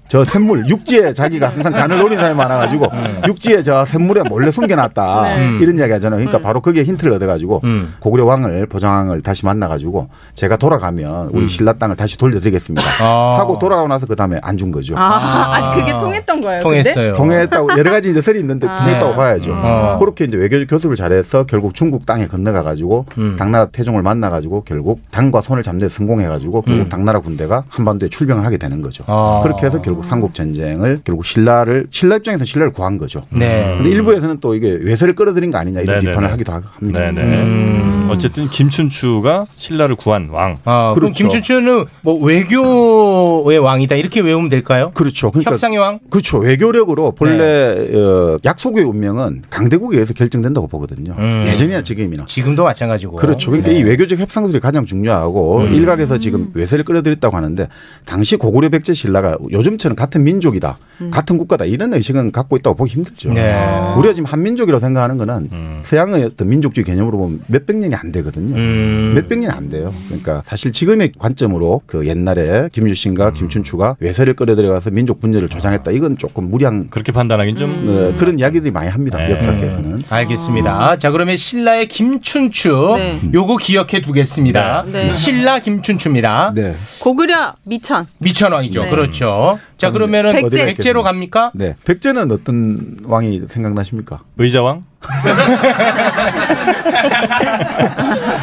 Speaker 9: 저 샘물 육지에 자기가 항상 간을 노린 사람이 많아가지고 육지에 저 샘물에 몰래 숨겨놨다
Speaker 4: 네.
Speaker 9: 이런 이야기 하잖아요 그러니까 바로 거기에 힌트를 얻어가지고
Speaker 4: 음.
Speaker 9: 고구려 왕을 보장왕을 다시 만나가지고 제가 돌아가면 우리 신라 땅을 다시 돌려드리겠습니다
Speaker 4: 음. 아.
Speaker 9: 하고 돌아가고 나서 그 다음에 안 준 거죠.
Speaker 10: 아, 아니, 그게 통했던 거예요.
Speaker 4: 어.
Speaker 10: 근데?
Speaker 9: 통했다고 여러 가지 이제 설이 있는데
Speaker 10: 아.
Speaker 9: 통했다고 봐야죠.
Speaker 10: 어.
Speaker 9: 그렇게 이제 외교 교습을 잘해서 결국 중국 땅에 건너가 가지고 당나라 태종을 만나 가지고 결국 당과 손을 잡는 데 성공해 가지고 결국
Speaker 4: 음.
Speaker 9: 당나라 군대가 한반도에 출병을 하게 되는 거죠.
Speaker 4: 아.
Speaker 9: 그렇게 해서 결국 삼국 전쟁을 결국 신라를 신라 입장에서 신라를 구한 거죠.
Speaker 3: 네.
Speaker 9: 근데 일부에서는 또 이게 외세를 끌어들인 거 아니냐 이런
Speaker 3: 네네네.
Speaker 9: 비판을 하기도 하- 합니다.
Speaker 3: 네네.
Speaker 9: 음.
Speaker 3: 어쨌든 김춘추가 신라를 구한 왕.
Speaker 4: 아,
Speaker 9: 그렇죠.
Speaker 4: 그럼 김춘추는 뭐 외교의 왕이다 이렇게 외우면 될까요?
Speaker 9: 그렇죠. 그러니까
Speaker 4: 협상의 왕.
Speaker 9: 그렇죠. 외교력으로 본래 어, 약속의 운명은 강대국에 의해서 결정된다고 보거든요.
Speaker 4: 음.
Speaker 9: 예전이나 지금이나.
Speaker 4: 지금도 마찬가지고. 네.
Speaker 9: 그렇죠. 그러니까 이 외교적 협상들이 가장 중요하고
Speaker 4: 뭐. 음.
Speaker 9: 일각에서 지금 외세를 끌어들였다고 하는데 당시 고구려 백제 신라가 요즘처럼 같은 민족이다, 같은 국가다 이런 의식은 갖고 있다고 보기 힘들죠.
Speaker 4: 네. 음.
Speaker 9: 우리가 지금 한 민족이라고 생각하는 거는 서양의 어떤 민족주의 개념으로 보면 몇백 년이 안 되거든요.
Speaker 4: 음.
Speaker 9: 몇백 년이 안 돼요. 그러니까 사실 지금의 관점으로 그 옛날에
Speaker 4: 음.
Speaker 9: 김유신과 김춘추가 외세를 끌어들여가서 민족 분열을
Speaker 4: 아.
Speaker 9: 조장했다 이건 조금 무리한
Speaker 3: 그렇게 판단하긴 좀
Speaker 9: 네, 그런 이야기들이 많이 합니다. 역사계에서는.
Speaker 4: 알겠습니다. 자, 그러면 신라의 김춘추
Speaker 10: 네.
Speaker 4: 요거 기억해 두겠습니다.
Speaker 10: 네. 네.
Speaker 4: 신라 김춘추입니다.
Speaker 9: 네.
Speaker 10: 고구려 미천.
Speaker 4: 미천왕이죠.
Speaker 10: 네.
Speaker 4: 그렇죠. 자, 그러면은
Speaker 10: 백제.
Speaker 4: 백제. 백제로 갑니까?
Speaker 9: 네. 백제는 어떤 왕이 생각나십니까?
Speaker 3: 의자왕?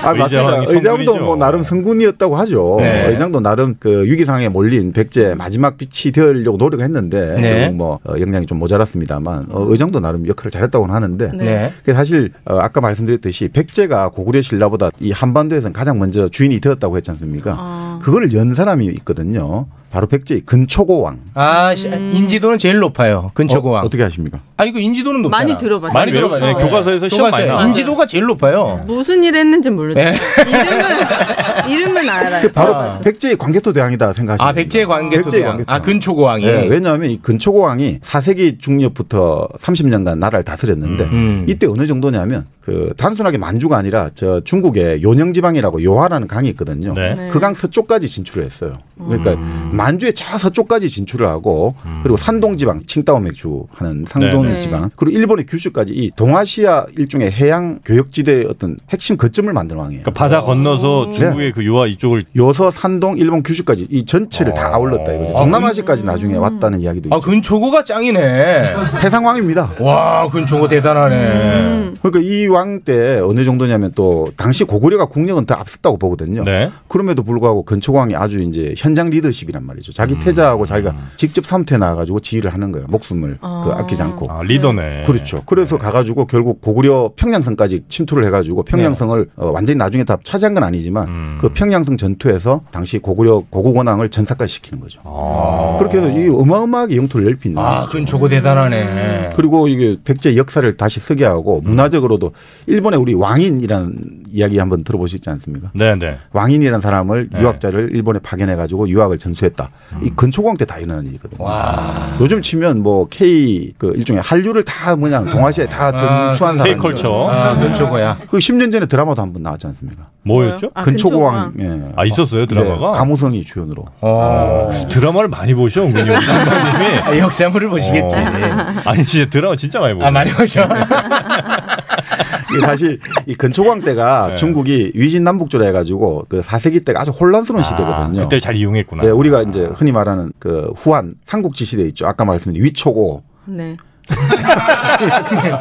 Speaker 9: 아, 맞습니다.
Speaker 3: 의자왕이
Speaker 9: 의장도
Speaker 3: 성군이죠.
Speaker 9: 뭐 나름 성군이었다고 하죠. 뭐
Speaker 3: 네.
Speaker 9: 의장도 나름 그 위기상에 몰린 백제 마지막 빛이 되려고 노력했는데
Speaker 4: 네.
Speaker 9: 결국 뭐 어, 역량이 좀 모자랐습니다만 어, 의장도 나름 역할을 잘했다고는 하는데
Speaker 4: 네.
Speaker 9: 그게 사실 어, 아까 말씀드렸듯이 백제가 고구려 신라보다 이 한반도에서는 가장 먼저 주인이 되었다고 했지 않습니까? 그걸 연 사람이 있거든요. 바로 백제의 근초고왕.
Speaker 4: 아, 시-
Speaker 10: 음.
Speaker 4: 인지도는 제일 높아요. 근초고왕.
Speaker 9: 어, 떻게 하십니까?
Speaker 4: 아니 그 인지도는 높잖아.
Speaker 10: 많이 들어봤죠.
Speaker 4: 많이
Speaker 10: 많이
Speaker 4: 들어봤죠.
Speaker 10: 외워요. 네, 교과서에서 시험 많이 나와요.
Speaker 4: 인지도가 제일 높아요.
Speaker 10: 무슨 일 했는지 모르죠.
Speaker 4: 네.
Speaker 10: 이름은 이름은 알아요.
Speaker 9: 그 바로 백제의 광개토 대왕이다 생각하시면
Speaker 4: 아, 백제 광개토
Speaker 9: 백제의
Speaker 4: 대왕.
Speaker 9: 광개토
Speaker 4: 아, 근초고왕이.
Speaker 9: 예, 왜냐하면 이 근초고왕이 4세기 중엽부터 30년간 나라를 다스렸는데
Speaker 4: 음.
Speaker 9: 이때 어느 정도냐면 그 단순하게 만주가 아니라 저 중국의 요녕지방이라고 요하라는 강이 있거든요.
Speaker 4: 네.
Speaker 9: 그 강 서쪽까지 진출을 했어요. 그러니까 만주의 저 서쪽까지 진출을 하고 그리고 산동 지방 칭다오 맥주 하는 상동
Speaker 11: 네.
Speaker 9: 지방 그리고 일본의 규슈까지 이 동아시아 일종의 해양 교역지대의 어떤 핵심 거점을 만든 왕이에요.
Speaker 3: 그러니까 바다 건너서
Speaker 9: 네.
Speaker 3: 중국의 그 유아 이쪽을
Speaker 9: 요서 산동 일본 규슈까지 이 전체를 다 아울렀다 이거죠. 동남아시아까지 나중에 왔다는 이야기도 있죠.
Speaker 4: 아, 근초고가 짱이네.
Speaker 9: 해상왕입니다.
Speaker 4: 와, 근초고 대단하네.
Speaker 10: 음.
Speaker 9: 그러니까 이 왕 때 어느 정도냐면 또 당시 고구려가 국력은 더 앞섰다고 보거든요.
Speaker 3: 네.
Speaker 9: 그럼에도 불구하고 건초왕이 아주 이제 현장 리더십이란 말이죠. 자기 태자하고 자기가 직접 삼태 나가지고 지휘를 하는 거예요. 목숨을 그 아끼지 않고
Speaker 3: 리더네.
Speaker 9: 그렇죠. 그래서 가가지고 결국 고구려 평양성까지 침투를 해가지고 평양성을 어, 완전히 나중에 다 차지한 건 아니지만 그 평양성 전투에서 당시 고구려 고국원왕을 전사까지 시키는 거죠. 그렇게 해서 이 어마어마하게 영토를 넓힌.
Speaker 4: 아, 근초고 대단하네.
Speaker 9: 그리고 이게 백제 역사를 다시 쓰게 하고
Speaker 3: 음.
Speaker 9: 문화적으로도 일본의 우리 왕인이라는 이야기 한번 들어보시지 않습니까?
Speaker 3: 네네.
Speaker 9: 왕인이라는 사람을
Speaker 3: 네.
Speaker 9: 유학자를 일본에 파견해 가지고 유학을 전수했다. 이
Speaker 3: 음.
Speaker 9: 근초광 때 다 일어난 일이거든요. 요즘 치면 뭐 K 그 일종의 한류를 다
Speaker 3: 네.
Speaker 9: 그냥 동아시아에 다 전수한 사람.
Speaker 3: K컬처. 아,
Speaker 4: 근초고야.
Speaker 9: 그 10년 전에 드라마도 한 번 나왔지 않습니까?
Speaker 3: 뭐였죠?
Speaker 9: 아, 근초고왕. 예.
Speaker 3: 아, 있었어요, 드라마가? 어. 네.
Speaker 9: 네, 감우성이 주연으로.
Speaker 4: 어.
Speaker 9: 어.
Speaker 3: 드라마를 많이 보셔, 은근히.
Speaker 4: 아, 역사물을 보시겠지.
Speaker 9: 어.
Speaker 3: 아니, 진짜 드라마 진짜 많이 보셔.
Speaker 4: 아, 많이 보셔.
Speaker 9: 이게 사실 이 근초광 때가
Speaker 3: 네.
Speaker 9: 중국이 위진 남북조라 해가지고 그 4세기 때가 아주 혼란스러운 시대거든요.
Speaker 3: 그때 잘 이용했구나.
Speaker 9: 네, 우리가 이제 흔히 말하는 그 후한 삼국지 시대 있죠. 아까 말씀드린 위초고
Speaker 10: 네.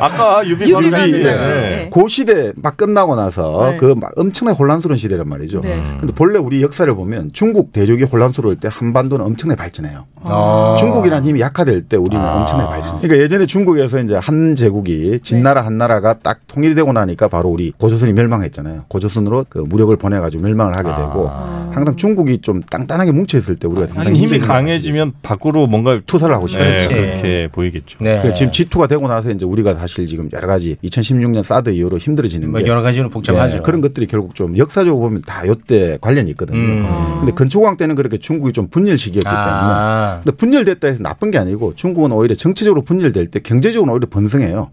Speaker 3: 아까 유비
Speaker 10: 유비가 되잖아요. 네.
Speaker 9: 그 시대 막 끝나고 나서
Speaker 10: 네.
Speaker 9: 그 막 엄청나게 혼란스러운 시대란 말이죠.
Speaker 10: 네.
Speaker 3: 음.
Speaker 9: 근데 본래 우리 역사를 보면 중국 대륙이 혼란스러울 때 한반도는 엄청나게 발전해요.
Speaker 4: 아.
Speaker 9: 중국이라는 힘이 약화될 때 우리는
Speaker 3: 아.
Speaker 9: 엄청나게 발전. 그러니까 예전에 중국에서 이제 한 제국이
Speaker 10: 네.
Speaker 9: 진나라 한나라가 딱 통일이 되고 나니까 바로 우리 고조선이 멸망했잖아요. 고조선으로 그 무력을 보내 가지고 멸망을 하게 되고 항상 중국이 좀 땅단하게 뭉쳐 있을 때 우리가
Speaker 3: 하긴
Speaker 9: 굉장히
Speaker 3: 아. 힘이
Speaker 9: 힘든
Speaker 3: 강해지면 밖으로 뭔가
Speaker 9: 투사를 하고 싶어요.
Speaker 3: 네,
Speaker 9: 그렇지.
Speaker 3: 그렇게 보이겠죠.
Speaker 4: 네. 예.
Speaker 9: 그 지금 G2가 되고 나서 이제 우리가 사실 지금 여러 가지 2016년 사드 이후로 힘들어지는
Speaker 4: 뭐
Speaker 9: 게 예,
Speaker 4: 여러 가지로 복잡하죠.
Speaker 9: 네, 그런 것들이 결국 좀 역사적으로 보면 다 요때 관련이 있거든요. 근데 근초고왕 때는 그렇게 중국이 좀 분열 시기였기 때문에
Speaker 4: 음. 아.
Speaker 9: 근데 분열됐다 해서 나쁜 게 아니고 중국은 오히려 정치적으로 분열될 때 경제적으로 오히려 번성해요.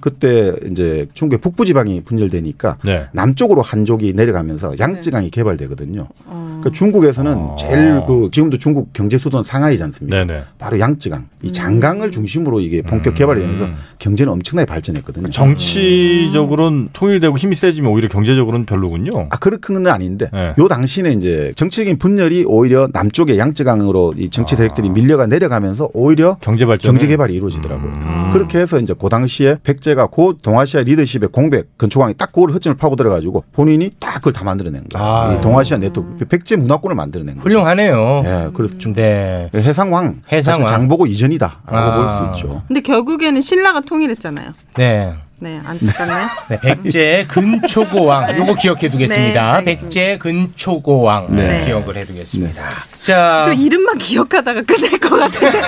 Speaker 9: 그때 이제 중국의 북부 지방이 분열되니까
Speaker 3: 네.
Speaker 9: 남쪽으로 한족이 내려가면서 양쯔강이 개발되거든요. 그러니까 중국에서는 제일 그 지금도 중국 경제 수도는 상하이지 않습니까?
Speaker 3: 네네.
Speaker 9: 바로 양쯔강 이 장강을 중심으로 이게
Speaker 4: 음.
Speaker 9: 본격 개발이 되면서 경제는 엄청나게 발전했거든요. 음.
Speaker 3: 정치적으로는 통일되고 힘이 세지면 오히려 경제적으로는 별로군요.
Speaker 9: 아, 그렇게는 아닌데
Speaker 4: 네.
Speaker 9: 요 당시는 이제 정치적인 분열이 오히려 남쪽의 양쯔강으로 이
Speaker 4: 아.
Speaker 9: 정치 세력들이 밀려가 내려가면서 오히려
Speaker 3: 경제 발전
Speaker 9: 경제 개발이 이루어지더라고요.
Speaker 4: 음.
Speaker 9: 그렇게 해서 이제 그 당시에 백제가 고 동아시아 리더십의 공백 건초왕이 딱 그걸 허점을 파고 들어가지고 본인이 딱 그걸 다 만들어낸 거예요.
Speaker 4: 아.
Speaker 9: 이 동아시아 네트워크 백제 문화권을 만들어낸 거예요.
Speaker 4: 훌륭하네요.
Speaker 9: 예, 그래서
Speaker 4: 좀 네.
Speaker 9: 해상왕,
Speaker 4: 해상왕.
Speaker 9: 사실 장보고 이전이다라고
Speaker 4: 아.
Speaker 9: 볼 수 있죠.
Speaker 10: 근데 결국에는 신라가 통일했잖아요.
Speaker 4: 네.
Speaker 10: 네, 안타깝네요.
Speaker 4: 네, 백제 근초고왕 요거 기억해 두겠습니다.
Speaker 10: 네,
Speaker 4: 백제 근초고왕
Speaker 10: 네.
Speaker 4: 기억을 해두겠습니다.
Speaker 9: 네.
Speaker 4: 자,
Speaker 10: 또 이름만 기억하다가 끝날 것 같은데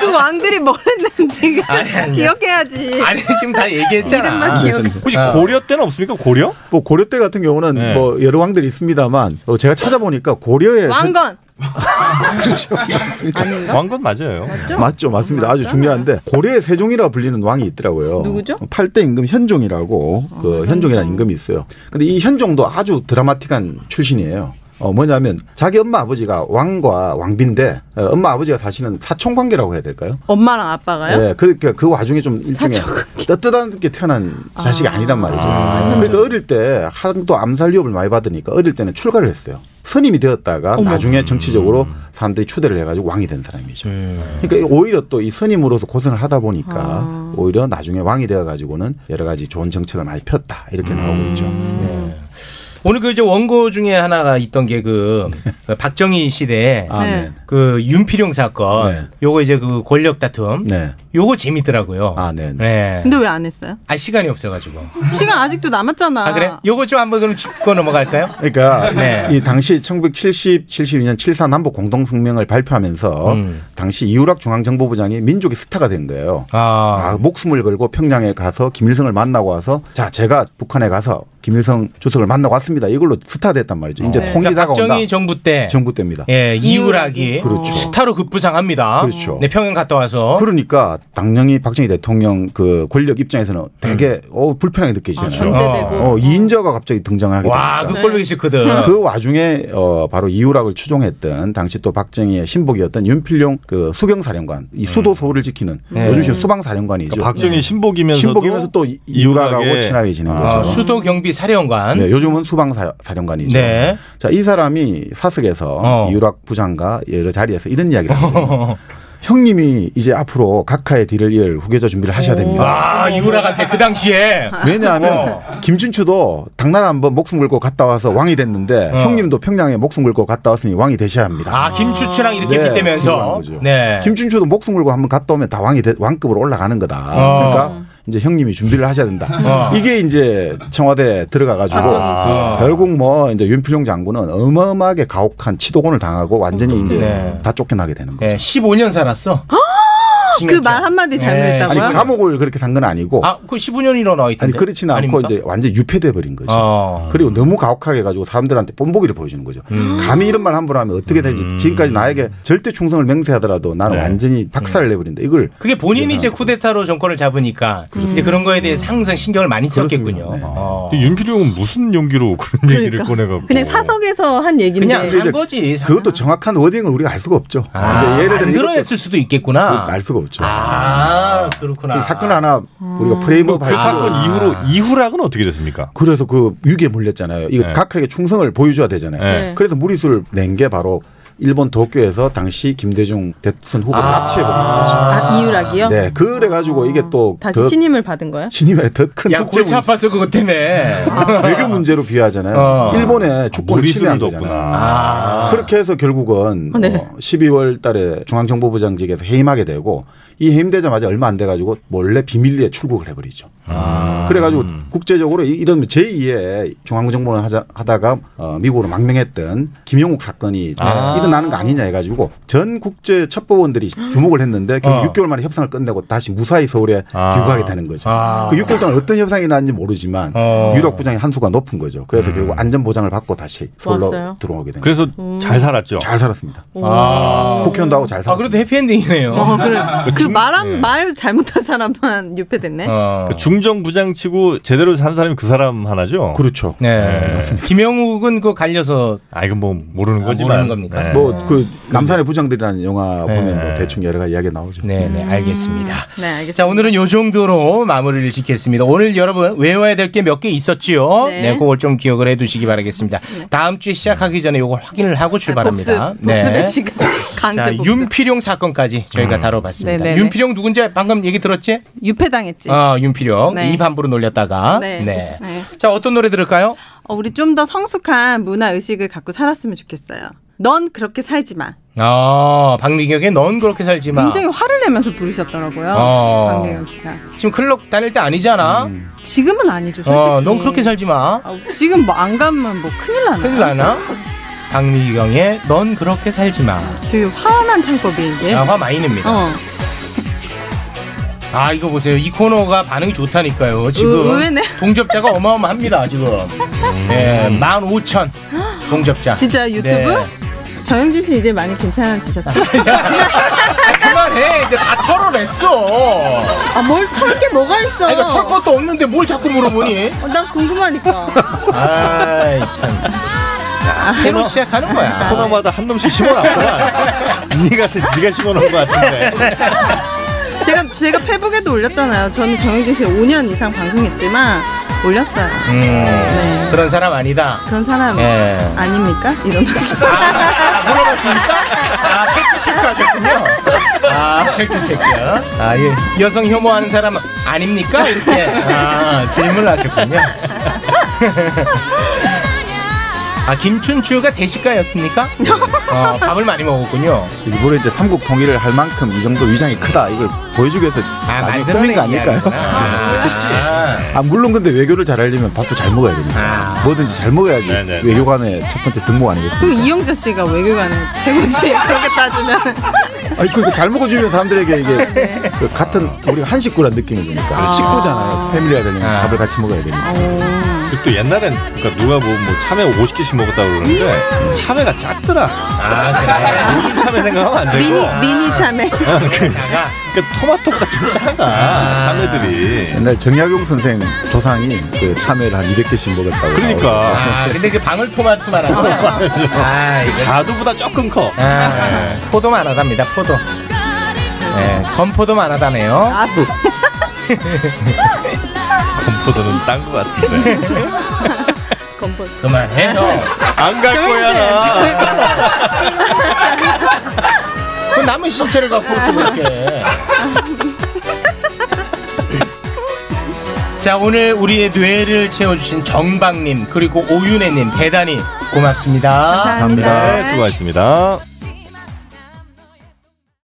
Speaker 10: 그 왕들이 뭘 했는지가
Speaker 4: 아니, 아니.
Speaker 10: 기억해야지.
Speaker 4: 아니 지금 다 얘기했잖아.
Speaker 10: 이름만 기억.
Speaker 3: 혹시 고려 때는 없습니까? 고려?
Speaker 9: 뭐 고려 때 같은 경우는 뭐 여러 왕들이 있습니다만 어, 제가 찾아보니까 고려의
Speaker 10: 왕건.
Speaker 9: 그렇죠.
Speaker 3: 왕건 맞아요. 그러니까
Speaker 9: 맞죠? 맞습니다. 아주 중요한데 고려의 세종이라 불리는 왕이 있더라고요.
Speaker 10: 누구죠? 아.
Speaker 9: 8대 임금 현종이라고 그 현종이라는 임금이 있어요. 근데 이 현종도 아주 드라마틱한 출신이에요. 어 뭐냐면 자기 엄마 아버지가 왕과 왕비인데 어, 엄마 아버지가 사실은 사촌 관계라고 해야 될까요?
Speaker 10: 엄마랑 아빠가요?
Speaker 4: 네.
Speaker 9: 예, 그러니까 그 와중에 좀 일종의 떳떳하게 태어난 자식이 아니란 말이죠. 그러니까 어릴 때 한도 암살 위협을 많이 받으니까 어릴 때는 출가를 했어요. 선임이 되었다가
Speaker 11: 어머.
Speaker 9: 나중에 정치적으로 사람들이 추대를 해가지고 왕이 된 사람이죠. 그러니까 오히려 또 이 선임으로서 고생을 하다 보니까 오히려 나중에 왕이 되어가지고는 여러 가지 좋은 정책을 많이 폈다 이렇게 나오고 있죠. 예.
Speaker 4: 오늘 그 이제 원고 중에 하나가 있던 게그 그 박정희 시대
Speaker 9: 아, 네.
Speaker 4: 그 윤필용 사건 요거 이제 그 권력 다툼 요거 재밌더라고요.
Speaker 9: 네. 아, 네.
Speaker 10: 근데 왜 안 했어요?
Speaker 4: 아 시간이 없어가지고.
Speaker 10: 시간 아직도 남았잖아.
Speaker 4: 아 그래? 요거 좀 한번 그럼 짚고 넘어갈까요?
Speaker 9: 그러니까
Speaker 4: 네.
Speaker 9: 이 당시 1970, 72년 74 남북 공동 성명을 발표하면서
Speaker 4: 음.
Speaker 9: 당시 이우락 중앙정보부장이 민족의 스타가 된 거예요.
Speaker 4: 아.
Speaker 9: 목숨을 걸고 평양에 가서 김일성을 만나고 와서 자 제가 북한에 가서 김일성 주석을 만나고 왔습니다. 이걸로 스타 됐단 말이죠. 이제
Speaker 4: 네.
Speaker 9: 통일이
Speaker 4: 그러니까
Speaker 9: 다가온다.
Speaker 4: 박정희 정부 때
Speaker 9: 정부 때입니다.
Speaker 4: 예, 이유라기
Speaker 9: 그렇죠.
Speaker 4: 스타로 급부상합니다.
Speaker 9: 그렇죠.
Speaker 4: 네, 평양 갔다 와서
Speaker 9: 그러니까 당연히 박정희 대통령 그 권력 입장에서는 되게 어, 불편하게 느껴지잖아요.
Speaker 4: 음. 아, 견제되고.
Speaker 9: 어, 이인자가 갑자기 등장하게
Speaker 4: 와,
Speaker 9: 되니까.
Speaker 4: 그 꼴보기 싫거든.
Speaker 9: 그 와중에 어, 바로 이우락을 추종했던 당시 또 박정희의 신복이었던 윤필용 그 수경사령관 이 수도 서울을 지키는
Speaker 3: 네.
Speaker 9: 요즘 지금 수방사령관이죠.
Speaker 3: 그러니까 박정희
Speaker 9: 네.
Speaker 3: 신복이면서도
Speaker 9: 신복이면서 또 이- 이우락하고 친하게 지낸 거죠.
Speaker 4: 아, 수도 경비 사령관.
Speaker 9: 네, 요즘은 수방사령관이죠.
Speaker 4: 네.
Speaker 9: 자, 이 사람이 사석에서 이우락 부장과 여러 자리에서 이런 이야기를 하거든요. 형님이 이제 앞으로 각하의 뒤를 이을 후계자 준비를 하셔야 됩니다.
Speaker 4: 아, 이우락한테 그 당시에
Speaker 9: 왜냐하면
Speaker 4: 어.
Speaker 9: 김춘추도 당나라 한번 목숨 걸고 갔다 와서 왕이 됐는데 형님도 평양에 목숨 걸고 갔다 왔으니 왕이 되셔야 합니다.
Speaker 4: 어. 아, 김추추랑 이렇게
Speaker 9: 네,
Speaker 4: 빗대면서
Speaker 9: 그런
Speaker 4: 네.
Speaker 9: 김춘추도 목숨 걸고 한번 갔다 오면 다 왕이 되- 왕급으로 올라가는 거다.
Speaker 4: 어.
Speaker 9: 그러니까 이제 형님이 준비를 하셔야 된다.
Speaker 4: 어.
Speaker 9: 이게 이제 청와대 들어가 가지고
Speaker 4: 아.
Speaker 9: 결국 뭐 이제 윤필용 장군은 어마어마하게 가혹한 치도곤을 당하고 완전히 이제
Speaker 4: 네.
Speaker 9: 다 쫓겨나게 되는 거죠.
Speaker 4: 15년 살았어.
Speaker 10: 그 말
Speaker 4: 네.
Speaker 10: 한마디 잘못했다고요?
Speaker 9: 아니 감옥을 그렇게 간 건 아니고
Speaker 4: 아, 그 15년이나 나와 있던데.
Speaker 9: 아니 그렇지는 않고
Speaker 4: 아닙니까? 어.
Speaker 9: 이제 완전 히 유폐돼 버린 거죠. 어. 그리고 너무 가혹하게 가지고 사람들한테 뽐보기를 보여주는 거죠.
Speaker 4: 음.
Speaker 9: 감히 이런 말 한 번 하면 어떻게 되지? 지금까지 나에게 절대 충성을 맹세하더라도
Speaker 4: 네.
Speaker 9: 나는 완전히 박살을 내버린다. 이걸
Speaker 4: 그게 본인이 이제 쿠데타로 정권을 잡으니까 이제 그런 거에 대해서 항상 신경을 많이
Speaker 9: 네.
Speaker 4: 썼겠군요. 어.
Speaker 3: 윤필용은 무슨 용기로 그런 얘기를 꺼내가고
Speaker 10: 그러니까. 그냥 사석에서 한 얘기인데
Speaker 4: 그냥 한 거지.
Speaker 9: 그것도 정확한 워딩을 우리가 알 수가 없죠.
Speaker 4: 아, 안 드러냈을 수도 있겠구나.
Speaker 9: 알 수가 없죠.
Speaker 4: 아, 그렇구나. 뭐
Speaker 9: 이그 사건 하나
Speaker 10: 음.
Speaker 9: 우리가 프레임업
Speaker 4: 아.
Speaker 3: 그 사건 이후로 이후락은 어떻게 됐습니까?
Speaker 9: 그래서 그 위기에 몰렸잖아요. 이거
Speaker 3: 네.
Speaker 9: 각하에게 충성을 보여줘야 되잖아요.
Speaker 3: 네.
Speaker 9: 그래서 무리수를 낸 게 바로 일본 도쿄에서 당시 김대중 대선
Speaker 4: 아.
Speaker 9: 후보를 납치해버린 거죠.
Speaker 10: 아, 이유라기요?
Speaker 9: 네, 그래가지고 이게 또
Speaker 10: 다시
Speaker 9: 그
Speaker 10: 신임을 받은 거야?
Speaker 9: 신임의 더큰
Speaker 4: 야, 골치 아팠어 그것 때문에.
Speaker 9: 외교 문제로 비유하잖아요.
Speaker 4: 어.
Speaker 9: 일본의 주권을
Speaker 4: 무리수를
Speaker 9: 침해한 거잖아요. 그렇게 해서 결국은
Speaker 4: 네.
Speaker 9: 어, 12월 달에 중앙정보부장직에서 해임하게 되고 이 해임되자마자 얼마 안 돼 가지고 몰래 비밀리에 출국을 해버리죠.
Speaker 3: 아.
Speaker 9: 그래가지고 국제적으로 이- 이런 제2의 중앙정보를 하자, 하다가 어, 미국으로 망명했던 김영욱 사건이
Speaker 3: 아.
Speaker 9: 일어나는 거 아니냐 해가지고 전 국제 첩보원들이 주목을 했는데 결국
Speaker 3: 어.
Speaker 9: 6개월 만에 협상을 끝내고 다시 무사히 서울에
Speaker 3: 아.
Speaker 9: 귀국하게 되는 거죠.
Speaker 3: 아.
Speaker 9: 그 6개월 동안 어떤 협상이 났는지 모르지만
Speaker 3: 어.
Speaker 9: 유력 부장의 한 수가 높은 거죠. 그래서
Speaker 4: 음.
Speaker 9: 결국 안전보장을 받고 다시 서울로
Speaker 4: 좋았어요.
Speaker 9: 들어오게 된
Speaker 3: 그래서
Speaker 9: 음.
Speaker 3: 잘 살았죠.
Speaker 9: 잘 살았습니다.
Speaker 4: 아.
Speaker 9: 국회의원도 하고 잘
Speaker 4: 아, 그래도 해피엔딩이네요.
Speaker 10: 어, 그래. 그 말한
Speaker 4: 네.
Speaker 10: 말 잘못한 사람만 유폐됐네.
Speaker 4: 어.
Speaker 3: 그 중정부장 치고 제대로 산 사람이 그 사람 하나죠.
Speaker 9: 그렇죠.
Speaker 4: 네. 김영욱은 그 갈려서
Speaker 3: 아 이건 뭐 모르는
Speaker 4: 아,
Speaker 3: 거지만
Speaker 4: 모르는 겁니까?
Speaker 3: 네.
Speaker 9: 뭐 그
Speaker 4: 음.
Speaker 9: 남산의 부장들이라는 영화 보면 뭐 대충 여러 가지 이야기 나오죠.
Speaker 4: 네,
Speaker 10: 음.
Speaker 4: 네, 알겠습니다. 자, 오늘은 요 정도로 마무리를 짓겠습니다. 오늘 여러분 외워야 될 게 몇 개 있었지요? 네.
Speaker 10: 네.
Speaker 4: 그걸 좀 기억을 해 두시기 바라겠습니다. 다음 주에 시작하기 전에 요걸 확인을 하고 출발합니다.
Speaker 10: 아,
Speaker 4: 네.
Speaker 10: 복습, 복습의 시간. 강제
Speaker 4: 자,
Speaker 10: 복습.
Speaker 4: 윤필용 사건까지 저희가 다뤄봤습니다.
Speaker 10: 네네네.
Speaker 4: 윤필용 누군지 방금 얘기 들었지?
Speaker 10: 유폐당했지.
Speaker 4: 아, 윤필용.
Speaker 10: 네.
Speaker 4: 입 함부로 놀렸다가.
Speaker 10: 네. 네.
Speaker 4: 자, 어떤 노래 들을까요?
Speaker 10: 어, 우리 좀 더 성숙한 문화 의식을 갖고 살았으면 좋겠어요. 넌 그렇게 살지 마.
Speaker 4: 아, 박미경의 넌 그렇게 살지 마.
Speaker 10: 굉장히 화를 내면서 부르셨더라고요.
Speaker 4: 아. 어.
Speaker 10: 박미경 씨가.
Speaker 4: 지금 클럽 다닐 때 아니잖아.
Speaker 10: 지금은 아니죠, 음. 솔직히.
Speaker 4: 어, 넌 그렇게 살지 마.
Speaker 10: 지금 뭐 안 가면 뭐 큰일 나나.
Speaker 4: 큰일 나나? 박미경의 넌 그렇게 살지 마.
Speaker 10: 되게 화난 창법이 이게.
Speaker 4: 아, 화 많이 냅니다.
Speaker 10: 네. 어.
Speaker 4: 아 이거 보세요 이 코너가 반응이 좋다니까요
Speaker 10: 어, 의-
Speaker 4: 지금
Speaker 10: 의외네.
Speaker 4: 동접자가 어마어마합니다 지금 네, 15,000 동접자
Speaker 10: 진짜 유튜브?
Speaker 4: 네.
Speaker 10: 정영진 씨 이제 많이 괜찮아지셨다.
Speaker 4: 아, 그만해 이제 다 털어냈어
Speaker 10: 아뭘 털 게 뭐가 있어?
Speaker 4: 아니, 털 것도 없는데 뭘 자꾸 물어보니
Speaker 10: 어, 난 궁금하니까.
Speaker 4: 아참 새로 시작하는 거야
Speaker 3: 코너마다 아. 한 놈씩 심어놨구나. 네가 네가 심어놓은 것 같은데.
Speaker 10: 제가 제가 페북에도 올렸잖아요. 저는 정영진 씨 5년 이상 방송했지만 올렸어요.
Speaker 4: 음, 그런 사람 아니다
Speaker 10: 그런 사람
Speaker 4: 예.
Speaker 10: 아닙니까? 이러면서.
Speaker 4: 물어봤습니까? 아, 팩트 체크하셨군요. 아, 팩트 체크. 아, 예. 여성 혐오하는 사람 아닙니까? 이렇게 아, 질문을 하셨군요. 아, 김춘추가 대식가였습니까? 어, 밥을 많이 먹었군요.
Speaker 9: 일부러 이제 삼국 통일을 할 만큼 이 정도 위장이 크다 이걸 보여주기 위해서
Speaker 4: 아,
Speaker 9: 나중에
Speaker 4: 만들어낸
Speaker 9: 꾸민 거 아닐까요?
Speaker 4: 이야기구나. 아,
Speaker 9: 아 물론 근데 외교를 잘 하려면 밥도 잘 먹어야 됩니다.
Speaker 4: 아.
Speaker 9: 뭐든지 잘 먹어야지
Speaker 4: 네,
Speaker 9: 외교관의 첫 번째 등목 아니겠습니까?
Speaker 10: 그럼 이영자 씨가 외교관은 최고지. 그렇게 따지면.
Speaker 9: 아니 그러니까 잘 먹어주면 사람들에게 이게 그 같은 우리가 한 식구란 느낌이 드니까 식구잖아요. 패밀리가 되면 밥을 같이 먹어야 됩니다.
Speaker 10: 어.
Speaker 3: 그리고 또 옛날엔 그러니까 누가 뭐, 뭐 참외 50개씩 먹었다고 그러는데 참외가 작더라. 아 그래. 요즘 참외 생각하면 안 되고.
Speaker 10: 미니 미니 참외.
Speaker 3: 아, 그, 그러니까 토마토보다 좀 작아 참외들이.
Speaker 9: 옛날 정약용 선생 조상이 그 참외를 한 200개씩 먹었다고.
Speaker 3: 그러니까.
Speaker 9: 나오고.
Speaker 4: 아, 근데 그 방울토마토만 하고. 아, 이거-
Speaker 3: 자두보다 조금 커.
Speaker 4: 아, 포도만 안 하답니다, 포도. 네, 건포도만 안 하다네요.
Speaker 3: 건포도는 딴 것 같은데.
Speaker 10: 건포도.
Speaker 4: 그만해요.
Speaker 3: 안 갈 거야. 나.
Speaker 4: 그 남의 신체를 갖고 어떻게 자 오늘 우리의 뇌를 채워주신 정박님 그리고 오윤혜님 대단히 고맙습니다 네,
Speaker 3: 감사합니다. 네, 수고하셨습니다.